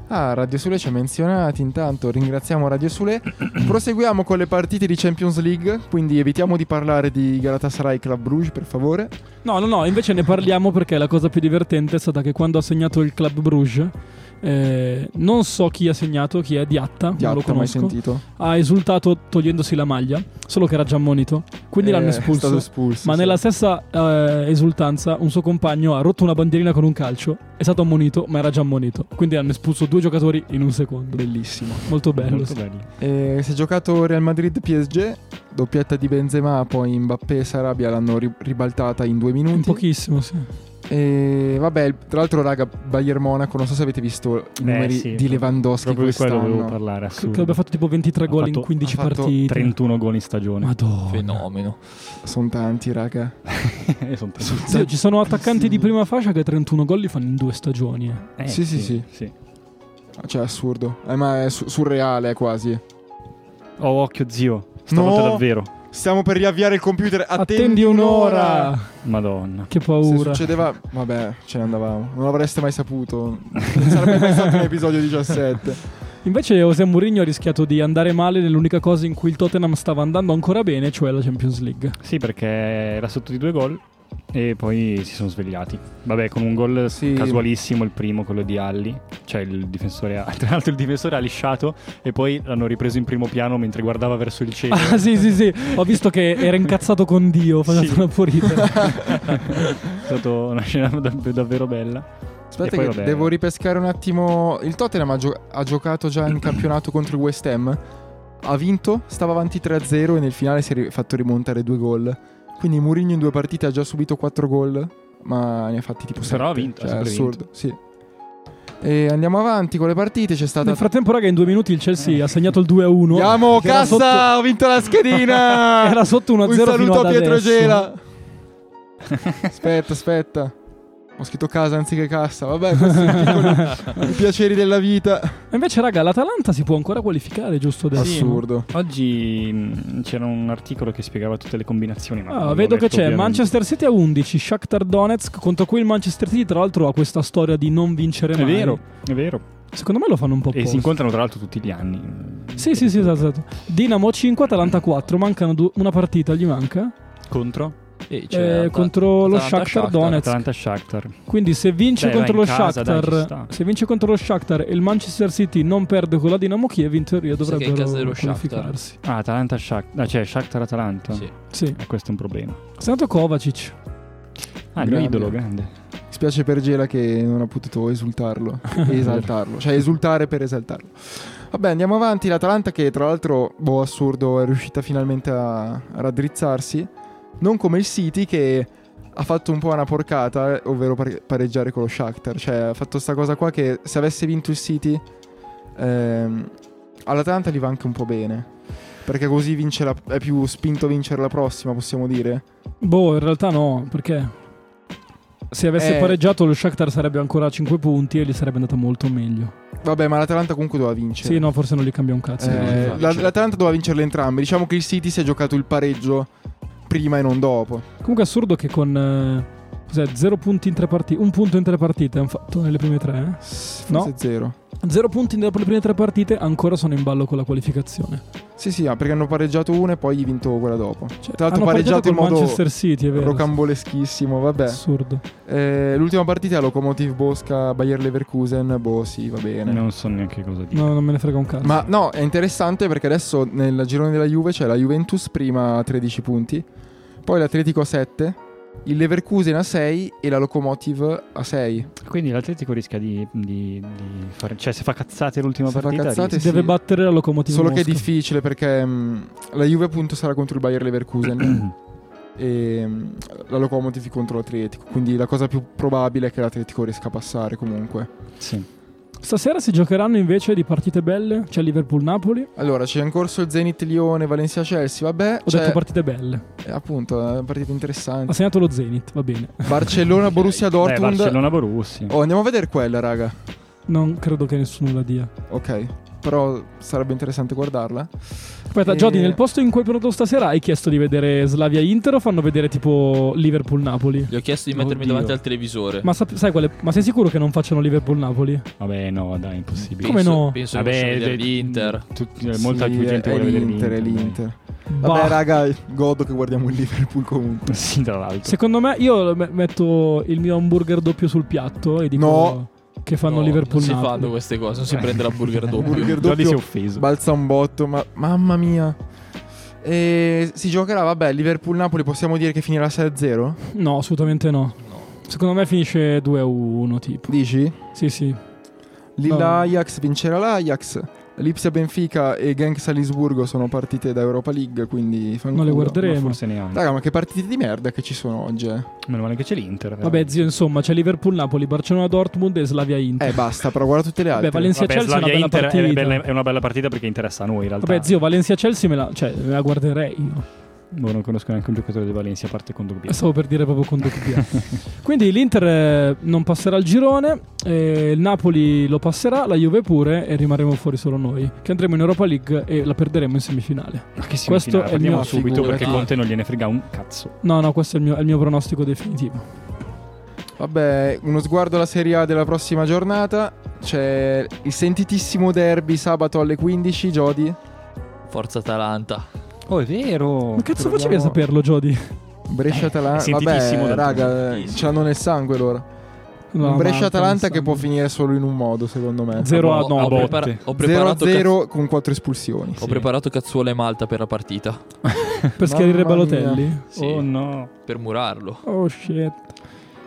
S3: Ah, Radio Sule ci ha menzionati intanto, ringraziamo Radio Sule. Proseguiamo con le partite di Champions League, quindi evitiamo di parlare di Galatasaray Club Bruges, per favore.
S1: No, no, no, invece ne parliamo perché la cosa più divertente è stata che quando ha segnato il Club Bruges, eh, non so chi ha segnato, chi è Diatta,
S3: Ti
S1: non lo
S3: ho mai
S1: conosco,
S3: sentito.
S1: ha esultato togliendosi la maglia, solo che era già ammonito, quindi
S3: Eh,
S1: l'hanno
S3: È stato
S1: espulso.
S3: espulso.
S1: Ma
S3: sì.
S1: nella stessa eh, esultanza un suo compagno ha rotto una bandierina con un calcio, è stato ammonito, ma era già ammonito, quindi hanno espulso due giocatori in un secondo.
S3: Bellissimo.
S1: Molto bello.
S2: Molto
S1: sì.
S2: bello.
S3: Eh, si è giocato Real Madrid PSG, doppietta di Benzema, poi Mbappé e Sarabia l'hanno ri- ribaltata in due
S1: Un
S3: minuti.
S1: pochissimo, sì.
S3: E vabbè, il- tra l'altro raga, Bayern Monaco, non so se avete visto i
S2: Beh,
S3: numeri
S2: Eh, sì,
S3: di Lewandowski
S2: Proprio di quello volevo
S3: quest'anno.
S2: parlare,
S1: Che
S2: assurdo.
S1: abbia fatto tipo 23
S2: Ha
S1: gol in
S2: fatto-
S1: 15
S3: ha fatto
S1: partite.
S2: 31 gol in stagione.
S1: Madonna.
S4: Fenomeno.
S3: Sono tanti, raga.
S2: Eh, son tanti.
S1: Sì, ci sono attaccanti di prima fascia che 31 gol li fanno in due stagioni. eh.
S2: Eh,
S3: Sì, sì, sì. Cioè, assurdo. Eh, ma è su- surreale quasi.
S2: Oh, occhio, zio. Stavolta
S3: No.
S2: davvero.
S3: Stiamo per riavviare il computer. Attendi,
S1: Attendi un'ora!
S2: Madonna.
S1: Che
S3: Se
S1: paura.
S3: succedeva, vabbè, ce ne andavamo. Non l'avreste mai saputo. Non sarebbe mai stato un episodio 17.
S1: Invece José Mourinho ha rischiato di andare male nell'unica cosa in cui il Tottenham stava andando ancora bene, cioè la Champions League.
S2: Sì, perché era sotto di due gol e poi si sono svegliati. Vabbè, con un gol
S3: Sì.
S2: casualissimo, il primo, quello di Alli. Cioè, il difensore. ha- Tra l'altro, il difensore ha lisciato e poi l'hanno ripreso in primo piano mentre guardava verso il cielo.
S1: Ah sì sì sì, ho visto che era incazzato con Dio, facendo
S2: Sì.
S1: una purita.
S2: È stata una scena dav- davvero bella. E
S3: Aspetta,
S2: poi
S3: che
S2: vabbè.
S3: devo ripescare un attimo. Il Tottenham ha, gio- ha giocato già in campionato contro il West Ham. Ha vinto, stava avanti 3-0 e nel finale si è ri- fatto rimontare due gol. Quindi Mourinho in due partite ha già subito 4 gol, ma ne ha fatti tipo 7.
S2: Però ha vinto, ha
S3: Cioè,
S2: sempre
S3: assurdo, sì. E andiamo avanti con le partite. C'è stata.
S1: Nel frattempo, raga, in due minuti il Chelsea ha segnato il 2-1.
S3: Andiamo,
S1: che era
S3: cassa! Ho vinto la schedina!
S1: Sotto, era sotto 1-0
S3: Un
S1: fino
S3: saluto
S1: ad
S3: a Pietro
S1: adesso.
S3: Gela. aspetta, aspetta. Ho scritto casa anziché cassa. Vabbè, questi sono i piccoli- i piaceri della vita.
S1: E Invece, raga, l'Atalanta si può ancora qualificare, giusto adesso?
S4: Sì.
S3: Assurdo.
S2: Oggi mh, c'era un articolo che spiegava tutte le combinazioni. Ma
S1: Ah,
S2: non l'ho
S1: vedo che
S2: letto,
S1: c'è
S2: ovviamente.
S1: Manchester City a 11, Shakhtar Donetsk, contro cui il Manchester City tra l'altro ha questa storia di non vincere
S2: È
S1: mai.
S2: vero, è vero.
S1: Secondo me lo fanno un po'
S2: E si
S1: apposta.
S2: incontrano tra l'altro tutti gli anni.
S1: Sì, sì, sì, esatto, esatto. Dinamo 5, Atalanta 4, mancano du- una partita, gli manca.
S2: Contro?
S4: E
S1: Eh,
S4: c'è At-
S1: contro lo
S4: Atalanta,
S1: Shakhtar,
S4: Shakhtar,
S1: Donetsk.
S2: Atalanta Shakhtar.
S1: Quindi se vince
S2: Dai,
S1: contro
S2: vai
S1: lo
S2: in casa, dai, ci
S1: Shakhtar,
S2: sta.
S1: se vince contro lo Shakhtar e il Manchester City non perde con la Dinamo Kiev, in teoria
S4: Sai che è in
S1: dovrebbero
S4: casa dello Shakhtar.
S1: qualificarsi.
S2: Ah, Atalanta Shakhtar. Ah, cioè Shakhtar Atalanta.
S4: Sì.
S1: Sì.
S2: Eh, questo è un problema.
S1: È stato Kovacic.
S2: Ah, il mio
S3: Grande.
S2: idolo grande.
S3: Spiace per Gela che non ha potuto esultarlo e esaltarlo, cioè esultare per esaltarlo. Vabbè, andiamo avanti. L'Atalanta, che tra l'altro, boh, assurdo, è riuscita finalmente a, a raddrizzarsi. Non come il City, che ha fatto un po' una porcata, ovvero par- pareggiare con lo Shakhtar. Cioè, ha fatto sta cosa qua che se avesse vinto il City, ehm, all'Atalanta gli va anche un po' bene. Perché così vince la- è più spinto a vincere la prossima, possiamo dire.
S1: Boh, in realtà no, perché se avesse
S3: Eh.
S1: pareggiato lo Shakhtar sarebbe ancora a 5 punti e gli sarebbe andata molto meglio.
S3: Vaambè, ma l'Atalanta comunque doveva vincere.
S1: Sì, no, forse non gli cambia un cazzo.
S4: Eh,
S3: Eh,
S4: infatti,
S3: la-
S4: cioè.
S3: L'Atalanta doveva vincerle entrambe. Diciamo che il City si è giocato il pareggio prima e non dopo.
S1: Comunque è assurdo che con eh, cos'è, 0 punti in tre partite, un punto in tre partite hanno fatto nelle prime tre. eh?
S3: S-
S1: No.
S3: Forse zero.
S1: Eh? 0 punti in- dopo le prime tre partite ancora sono in ballo con la qualificazione.
S3: Sì, sì, ah, perché hanno pareggiato una e poi vinto quella dopo.
S1: Cioè,
S3: Tra l'altro
S1: hanno
S3: pareggiato in
S1: col
S3: modo
S1: Manchester City, è vero.
S3: Rocamboleschissimo, vabbè.
S1: Assurdo.
S3: Eh, l'ultima partita è Locomotive Bosca Bayer Leverkusen. Boh, sì, va bene.
S2: Non so neanche cosa dire.
S1: No, non me ne frega un cazzo.
S3: Ma no, è interessante perché adesso nel girone della Juve c'è la Juventus prima a 13 punti, poi l'Atletico a 7, il Leverkusen a 6 e la Locomotive a 6.
S2: Quindi l'Atletico rischia di, di- di fare. Cioè, se fa cazzate l'ultima
S3: Se fa
S2: partita.
S3: cazzate,
S2: rischia-
S1: Deve
S3: sì.
S1: battere la Locomotive
S3: Solo che è
S1: Mosca.
S3: difficile perché mh, la Juve appunto sarà contro il Bayer Leverkusen e mh, la Locomotive contro l'Atletico, quindi la cosa più probabile è che l'Atletico riesca a passare comunque.
S2: Sì.
S1: Stasera si giocheranno invece di partite belle. C'è Liverpool-Napoli. Ho
S3: Allora, c'è in corso il Zenit Lione, Valencia Chelsea, vabbè, c'è,
S1: detto partite belle.
S3: eh, appunto, è una partita
S1: Ha
S3: interessante.
S1: segnato lo Zenit, va bene.
S3: Barcellona Borussia
S2: Dai,
S3: Dortmund.
S2: Barcellona Borussia.
S3: Oh, andiamo a vedere quella, raga.
S1: Non credo che nessuno la dia.
S3: Ok, però sarebbe interessante guardarla.
S1: Aspetta,
S3: Eh.
S1: Jody, nel posto in cui hai prenotato stasera hai chiesto di vedere Slavia Inter o fanno vedere tipo Liverpool-Napoli?
S4: Gli ho chiesto di mettermi
S2: Oddio.
S4: davanti al televisore.
S1: Ma, sap- sai quale- ma sei sicuro che non facciano Liverpool-Napoli?
S2: Vabbè, no, dai, impossibile.
S1: Come no?
S4: Penso che
S2: Vabbè,
S4: possa vedere
S2: de-
S4: l'Inter.
S2: tutti- eh, molta
S3: Sì,
S2: più gente
S3: è
S2: vuole vedere
S3: l'Inter, è
S2: l'Inter. dai.
S3: l'Inter.
S1: Bah.
S3: Vabbè, raga, godo che guardiamo il Liverpool comunque.
S2: Sì, tra l'altro.
S1: Secondo me io me- metto il mio hamburger doppio sul piatto e dico
S3: No.
S1: che fanno
S4: No,
S1: Liverpool
S4: Non si
S1: Napoli.
S4: fanno queste cose, non si prende la burger doppio.
S3: Burger
S2: Jolly si è
S3: doppio
S2: offeso.
S3: balza un botto, ma mamma mia. E si giocherà, vabbè, Liverpool-Napoli possiamo dire che finirà 6-0?
S1: No, assolutamente no. Secondo me finisce 2-1 tipo.
S3: Dici?
S1: Sì, sì.
S3: Lille-Ajax vincerà l'Ajax. Lipsia-Benfica e Genk Salisburgo sono partite da Europa League, quindi fanculo.
S1: Non le
S2: Ma
S1: guarderemo.
S2: forse neanche.
S3: Raga, ma che partite di merda che ci sono oggi, eh?
S2: Meno male che c'è l'Inter.
S1: Vabbè, zio, insomma, c'è Liverpool Napoli, Barcellona Dortmund e Slavia Inter.
S3: Eh, basta, però guarda tutte le
S1: Vabbè,
S3: altre.
S1: Valencia
S2: Vabbè,
S1: Chelsea è una
S2: Slavia
S1: bella
S2: Inter è,
S1: partita.
S2: bella- è una bella partita perché interessa a noi in realtà.
S1: Vabbè, zio, Valencia Chelsea me la, cioè, me la guarderei io.
S2: Boh, non conosco neanche un giocatore di Valencia a parte con Dubbia.
S1: Stavo per dire proprio con Dubbia. Quindi l'Inter eh, non passerà il girone, eh, il Napoli lo passerà, la Juve pure e rimarremo fuori solo noi, che andremo in Europa League e la perderemo in semifinale.
S2: Ma che si
S1: Questo
S2: Questo
S1: è il
S2: Parliamo
S1: mio-
S2: subito
S3: Figurati.
S2: perché Conte non gliene frega un cazzo.
S1: No, no, questo è il mio, è il mio pronostico definitivo.
S3: Vabbè, uno sguardo alla Serie A della prossima giornata. C'è il sentitissimo derby sabato alle 15, Jody.
S4: Forza Atalanta.
S2: Oh, è vero.
S1: Ma cazzo facevi a
S3: proviamo-
S1: saperlo, Jody?
S3: Brescia-Atalanta.
S2: sentitissimo
S3: Vabbè,
S2: dal
S3: raga,
S4: sentitissimo.
S3: ce l'hanno nel sangue loro.
S1: No,
S3: Un Brescia-Atalanta
S1: Marta,
S3: che può finire solo in un modo, secondo me.
S1: Zero. 0 a
S4: Ho- Ho,
S1: 9.
S4: prepara- ho preparato, cazz-
S3: 0-0 con 4 espulsioni.
S4: ho preparato Cazzuola e Malta per la partita.
S1: Per schiarire
S3: Mamma mia.
S1: Balotelli?
S4: Sì,
S2: Oh no.
S4: per murarlo.
S1: Oh shit.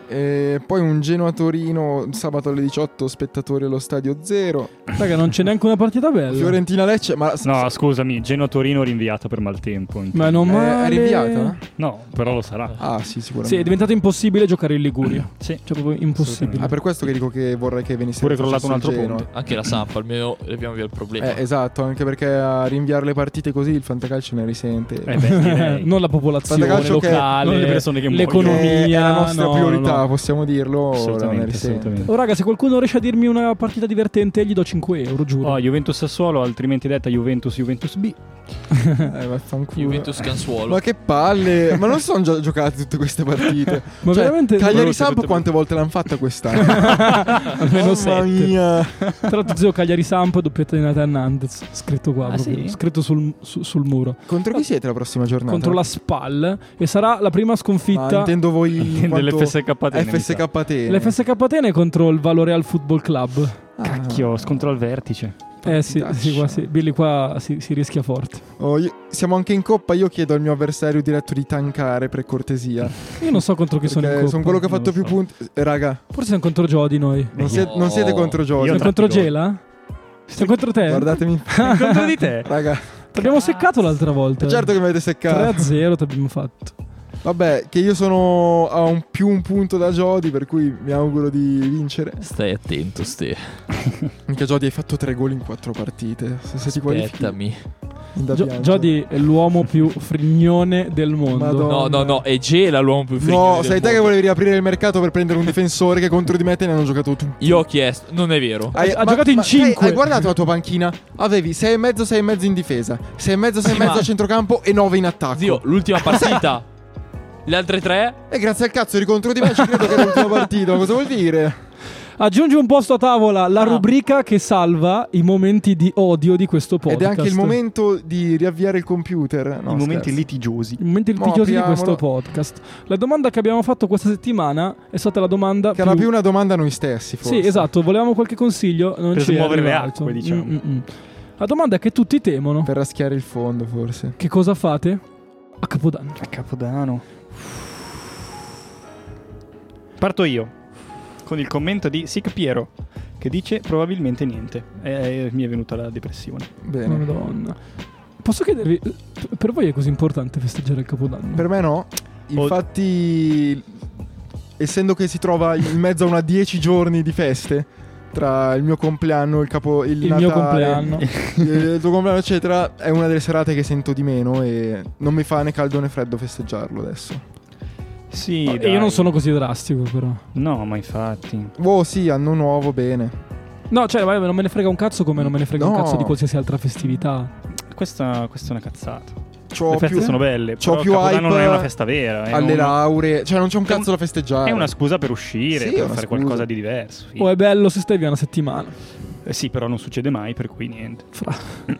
S3: E poi un Genoa-Torino sabato alle 18, spettatori allo stadio 0.
S1: Raga, non c'è neanche una partita bella.
S3: Fiorentina-Lecce, ma...
S2: No, scusami, Genoa-Torino rinviata per maltempo. in-
S1: Ma non
S3: Eh,
S1: male.
S3: è rinviata?
S2: No, però lo sarà.
S3: Ah, sì,
S1: Sì, è
S3: sicuramente.
S1: diventato impossibile giocare in Liguria.
S2: Sì. Eh
S1: Cioè, proprio impossibile.
S3: Ah, per questo che dico che vorrei che venisse
S2: Pure crollato un
S3: facesse il
S2: altro
S3: Genoa.
S2: ponte.
S4: Anche la Samp, almeno leviamo via il problema.
S3: Eh, esatto, anche perché a rinviare le partite così il fantacalcio ne risente.
S2: Eh beh, direi.
S1: non la popolazione
S3: Fantacalcio che-
S1: locale,
S2: non le persone che muoiono.
S3: Che
S1: l'economia.
S3: Eh, è la nostra
S1: no,
S3: priorità,
S1: no.
S3: possiamo dirlo. ora ne
S2: assolutamente,
S3: risente.
S2: assolutamente.
S1: Oh, raga, se qualcuno riesce a dirmi una partita divertente, gli do 5 euro, giuro.
S2: Oh, Juventus Sassuolo, altrimenti detta Juventus Juventus B.
S3: Eh, vaffanculo.
S4: Juventus Cansuolo.
S3: Ma che palle! Ma non sono già giocate tutte queste partite.
S1: Ma
S3: Cioè,
S1: veramente
S3: Cagliari
S2: Brutte,
S3: Samp
S2: tutte
S3: quante volte l'hanno fatta quest'anno?
S1: almeno
S3: Mamma
S1: 7.
S3: mia.
S1: Tra l'altro zio Cagliari Samp doppietta di Nathan Hernandez, scritto qua,
S2: Ah,
S1: proprio,
S2: sì?
S1: scritto sul, su- sul muro,
S3: Contro chi siete la prossima giornata?
S1: contro la SPAL e sarà la prima
S3: Ah,
S1: sconfitta
S3: intendo voi in
S2: Intende
S3: quanto
S2: l'FSKT.
S3: FSKT.
S1: L'FSK Atene contro il Valoreal Football Club.
S3: Ah.
S2: Cacchio, scontro al vertice.
S1: Eh sì,
S3: Partitaccia.
S1: sì, qua sì. Billy qua si, si rischia forte.
S3: Oh, io- siamo anche in coppa. Io chiedo al mio avversario diretto di tankare per cortesia.
S1: Io non so contro chi sono in
S3: Perché
S1: coppa.
S3: sono quello che ha
S2: non
S3: fatto
S2: lo
S3: più
S2: so.
S3: punti. Eh, Raga,
S1: Forse siamo contro Jody noi.
S3: non,
S2: io-
S3: siete, non siete contro Giorgio.
S2: Io
S1: Siamo contro
S2: Jody.
S1: Gela? Siamo contro te?
S3: Guardatemi,
S2: Contro di te.
S3: raga.
S1: Ti abbiamo seccato l'altra volta.
S3: Certo che mi avete
S1: 3 a
S3: seccato.
S1: 0 ti abbiamo fatto.
S3: Vabbè, che io sono a un più un punto da Jody, per cui mi auguro di vincere.
S4: Stai attento, Ste.
S3: Mica Jody hai fatto tre gol in quattro partite. Se, se ti qualifichi,
S4: Aspettami.
S3: in da
S1: Gio-
S3: piangere.
S1: Jody è l'uomo più frignone del mondo.
S3: Madonna.
S4: No, no, no, è Gela l'uomo più frignone
S3: No,
S4: del
S3: sai te che
S4: mondo.
S3: volevi riaprire il mercato per prendere un difensore che contro di me te ne hanno giocato tutti.
S4: Io ho chiesto, non è
S3: Ah,
S4: vero.
S1: Ha- ha giocato in cinque.
S3: Hai, hai guardato la tua panchina? Avevi 6 e mezzo, 6 e mezzo in difesa, 6 e mezzo, 6 e
S4: Sì,
S3: mezzo
S4: ma-
S3: a centrocampo e 9 in attacco.
S4: Zio, l'ultima partita. Le altre tre?
S3: E grazie al cazzo eri contro di me, ci credo che era l'ultima partita, cosa vuol dire?
S1: Aggiungi un posto a tavola, la
S4: Ah.
S1: rubrica che salva i momenti di odio di questo podcast.
S3: Ed è anche il momento di riavviare il computer. No,
S2: I momenti
S3: scherzo.
S2: litigiosi.
S1: I momenti
S3: Mo,
S1: litigiosi di questo
S3: apriamolo.
S1: podcast. La domanda che abbiamo fatto questa settimana è stata la domanda
S3: Che era più una domanda a noi stessi, forse.
S1: Sì, esatto, volevamo qualche consiglio. Non
S2: Per
S1: ci è
S2: smuovere le
S1: arrivato.
S2: acque, diciamo.
S1: Mm, mm, mm. La domanda è che tutti temono:
S3: Per raschiare il fondo, forse.
S1: che cosa fate a Capodanno?
S2: A Capodanno. Parto io con il commento di Sic Piero che dice probabilmente niente. E mi è venuta la depressione.
S3: Bene.
S1: Madonna. Posso chiedervi, eh, per voi è così importante festeggiare il Capodanno?
S3: Per me no. Infatti, essendo che si trova in mezzo a una 10 giorni di feste, tra il mio compleanno, il capo, il,
S1: il
S3: Natale,
S1: mio compleanno.
S3: il tuo compleanno, eccetera, è una delle serate che sento di meno e non mi fa né caldo né freddo festeggiarlo adesso.
S2: Sì,
S1: E
S2: dai.
S1: Eh, Io non sono così drastico, però.
S2: No, ma infatti.
S3: Oh sì, anno nuovo, bene.
S1: No, cioè, vabbè, non me ne frega un cazzo come non me ne frega un
S3: No.
S1: cazzo di qualsiasi altra festività.
S2: Questa, questa è una cazzata.
S3: C'ho
S2: Le feste
S3: più,
S2: sono belle.
S3: c'ho
S2: Però
S3: più
S2: Capodanno
S3: hype
S2: non è una festa vera. eh, È,
S3: alle
S2: una-
S3: lauree, cioè non c'è un cazzo da festeggiare.
S2: è una scusa per uscire,
S3: Sì, è
S2: per
S3: una
S2: fare
S3: scusa. Oh,
S2: qualcosa di diverso. sì.
S1: O è bello se stai via una settimana.
S2: Eh sì, però non succede mai, per cui niente.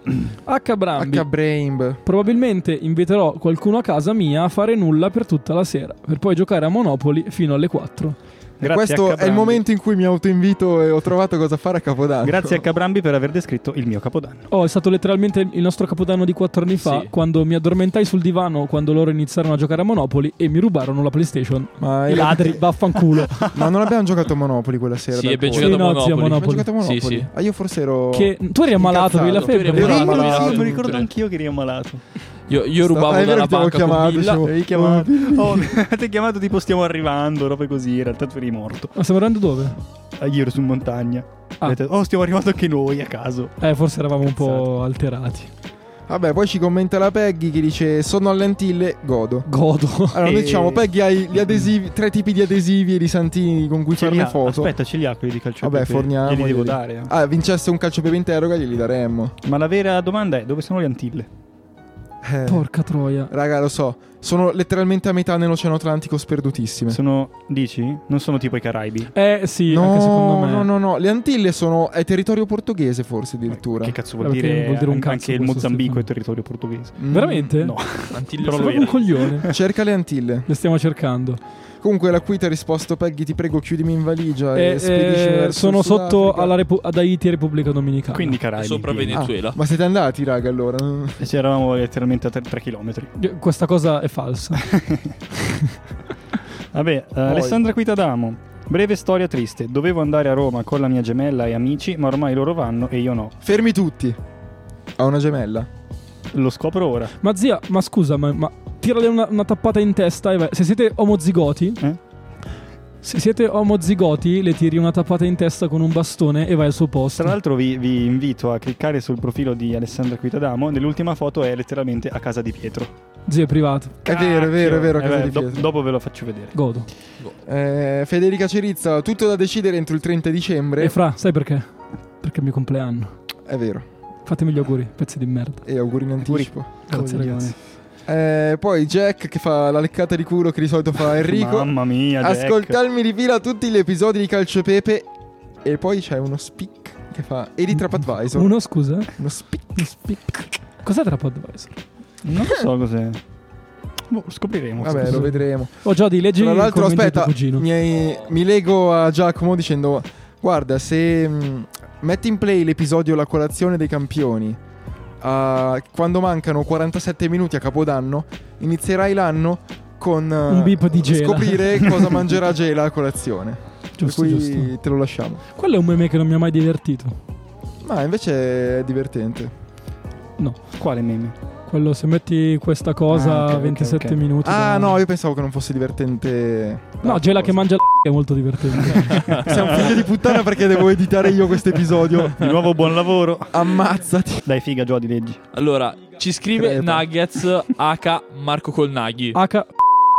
S1: H. Brambi.
S3: H-Brain.
S1: Probabilmente inviterò qualcuno a casa mia a fare nulla per tutta la sera, per poi giocare a Monopoli fino alle 4.
S2: Grazie a
S3: Questo è il
S2: Cabrambi.
S3: momento in cui mi autoinvito e ho trovato cosa fare a Capodanno.
S2: Grazie a Cabrambi per aver descritto il mio capodanno.
S1: Oh, è stato letteralmente il nostro capodanno di 4 anni fa,
S4: Sì.
S1: quando mi addormentai sul divano quando loro iniziarono a giocare a Monopoli e mi rubarono la PlayStation.
S3: Ma Oh.
S1: I ladri, vaffanculo.
S3: Ma non abbiamo giocato a Monopoli quella sera.
S4: Sì,
S3: dal
S4: abbiamo
S3: Polo.
S1: Sì,
S4: giocato
S1: no,
S4: a
S1: zio,
S4: Monopoli.
S1: Monopoli.
S3: Abbiamo giocato a Monopoli.
S4: Sì, sì.
S3: Ah, io forse ero.
S1: che tu eri ammalato, avevi la
S3: Incazzato.
S1: febbre.
S4: Tu eri
S1: tra
S4: ammalato.
S1: l'altro.
S4: Sì,
S2: mi
S4: mi
S2: ricordo
S4: ricordo
S2: anch'io che eri ammalato.
S4: Io,
S3: Sta-
S4: io
S3: ah,
S4: rubavo
S3: è vero
S4: dalla
S3: che ti avevo
S4: banca con
S3: chiamato, dicevo,
S4: Villa.
S2: Avevi
S3: "Oh,
S2: chiamato.
S3: Billy".
S2: Oh, mi avete chiamato tipo stiamo arrivando, robe così. In realtà tu eri morto.
S1: Ma stiamo andando dove?
S2: Ah, Io ero su montagna.
S1: Ah.
S2: Avete- Oh, stiamo arrivando anche noi a caso.
S1: Eh, forse eravamo un po' alterati.
S3: Vabbè, poi ci commenta la Peggy che dice: Sono alle Antille, godo.
S1: Godo.
S3: Allora, noi
S2: E-
S3: diciamo, Peggy hai gli adesivi, tre tipi di adesivi e di santini con cui
S2: Ce li
S3: fare
S2: ha.
S3: le foto.
S2: Aspetta, ce li ha quelli di calcio.
S3: Vabbè,
S2: pepe.
S3: forniamo.
S2: Glieli devo
S3: glieli-
S2: dare. eh.
S3: Ah, vincesse un calcio pepe in terroga, glieli daremmo.
S2: Ma la vera domanda è: dove sono le antille?
S3: Eh,
S1: Porca troia.
S3: Raga, lo so. Sono letteralmente a metà nell'Oceano Atlantico, sperdutissime.
S2: Sono. Dici? Non sono tipo i Caraibi.
S1: Eh sì,
S3: No,
S1: anche secondo me.
S3: no, no, no. Le Antille sono. È territorio portoghese, forse addirittura.
S2: Che cazzo vuol
S1: Vabbè, che
S2: dire?
S1: vuol dire un
S2: An-
S1: cazzo
S2: anche il
S1: questo,
S2: Mozambico
S1: Stefano.
S2: è territorio portoghese.
S3: Mm,
S1: Veramente?
S2: No,
S4: Antille
S2: Però
S1: Sei
S2: lo
S1: proprio un
S2: era.
S1: coglione.
S3: Cerca le Antille.
S1: Le stiamo cercando.
S3: Comunque la qui ti ha risposto Peggy ti prego chiudimi in valigia
S1: Eh,
S3: e,
S1: eh,
S3: spediscimi verso
S1: sono
S3: il
S1: sotto
S3: Sudafrica.
S1: alla Repu- ad Haiti e Repubblica Dominicana.
S2: Quindi i Caraibi.
S4: Sopra
S3: Ah.
S2: quindi.
S4: Venezia. Venezuela.
S3: ma siete andati raga allora?
S2: Ah, ci
S1: Eh,
S2: eravamo letteralmente a 3 km.
S1: Io- Questa cosa è falsa.
S2: Vabbè, eh, Alessandra Quitadamo. Breve storia triste. Dovevo andare a Roma con la mia gemella e amici, ma ormai loro vanno e io no.
S3: Fermi tutti. Ha una gemella.
S2: Lo scopro ora.
S1: Ma zia, ma scusa, ma, ma tirale una, una tappata in testa e vai. Se siete omozigoti,
S2: Eh?
S1: se siete omozigoti, le tiri una tappata in testa con un bastone e vai al suo posto.
S2: Tra l'altro vi, vi invito a cliccare sul profilo di Alessandra Quitadamo. Nell'ultima foto è letteralmente a casa di Pietro.
S1: Zia, è privato.
S3: È vero, è vero, è vero. a
S2: Eh
S3: casa
S2: beh,
S3: di
S2: do-
S3: Pietro.
S2: dopo ve lo faccio vedere.
S1: Godo.
S3: Eh, Federica Cerizza, tutto da decidere entro il 30 dicembre.
S1: E fra, sai perché? Perché è il mio compleanno.
S3: È vero.
S1: Fatemi gli auguri, pezzi di merda.
S3: E auguri in anticipo.
S1: Grazie,
S2: Coglioni.
S1: ragazzi.
S3: Eh, poi Jack che fa la leccata di culo che di solito fa Enrico.
S2: Mamma mia, Jack.
S1: ecco.
S3: Ascoltarmi di fila tutti gli episodi di Calcio e Pepe. E poi c'è uno speak che fa. E di TripAdvisor.
S1: Uno, scusa.
S3: Uno speak.
S1: Cos'è TripAdvisor?
S2: Non lo so cos'è. Boh, lo scopriremo.
S3: Vabbè,
S2: Scusa.
S3: lo vedremo.
S1: Oh, Jody, leggi
S3: Tra
S1: il
S3: l'altro,
S1: commento di tuo
S3: aspetta,
S1: cugino.
S3: mi, hai- mi lego a Giacomo dicendo: Guarda, se mh, metti in play l'episodio La colazione dei campioni, ah, quando mancano 47 minuti a capodanno, inizierai l'anno con eh,
S1: Un beep di Gela.
S3: scoprire cosa mangerà Gela a colazione.
S1: Giusto,
S3: per cui
S1: giusto.
S3: te lo lasciamo.
S1: Quello è un meme che non mi ha mai divertito.
S3: Ma invece è divertente.
S2: Quale meme?
S1: Quello, se metti questa cosa a
S2: Ah, ok, ok,
S1: 27
S2: ok.
S1: minuti. da-
S3: Ah, no, io pensavo che non fosse divertente.
S1: No, Gela che mangia la è molto divertente.
S3: Sei un figlio di puttana perché devo editare io questo episodio.
S2: Di nuovo buon lavoro.
S3: Ammazzati.
S2: Dai figa, Jody, leggi.
S4: Allora, ci scrive
S3: Crepa.
S4: Nuggets H Marco
S3: Ah.
S4: Colnaghi.
S1: H.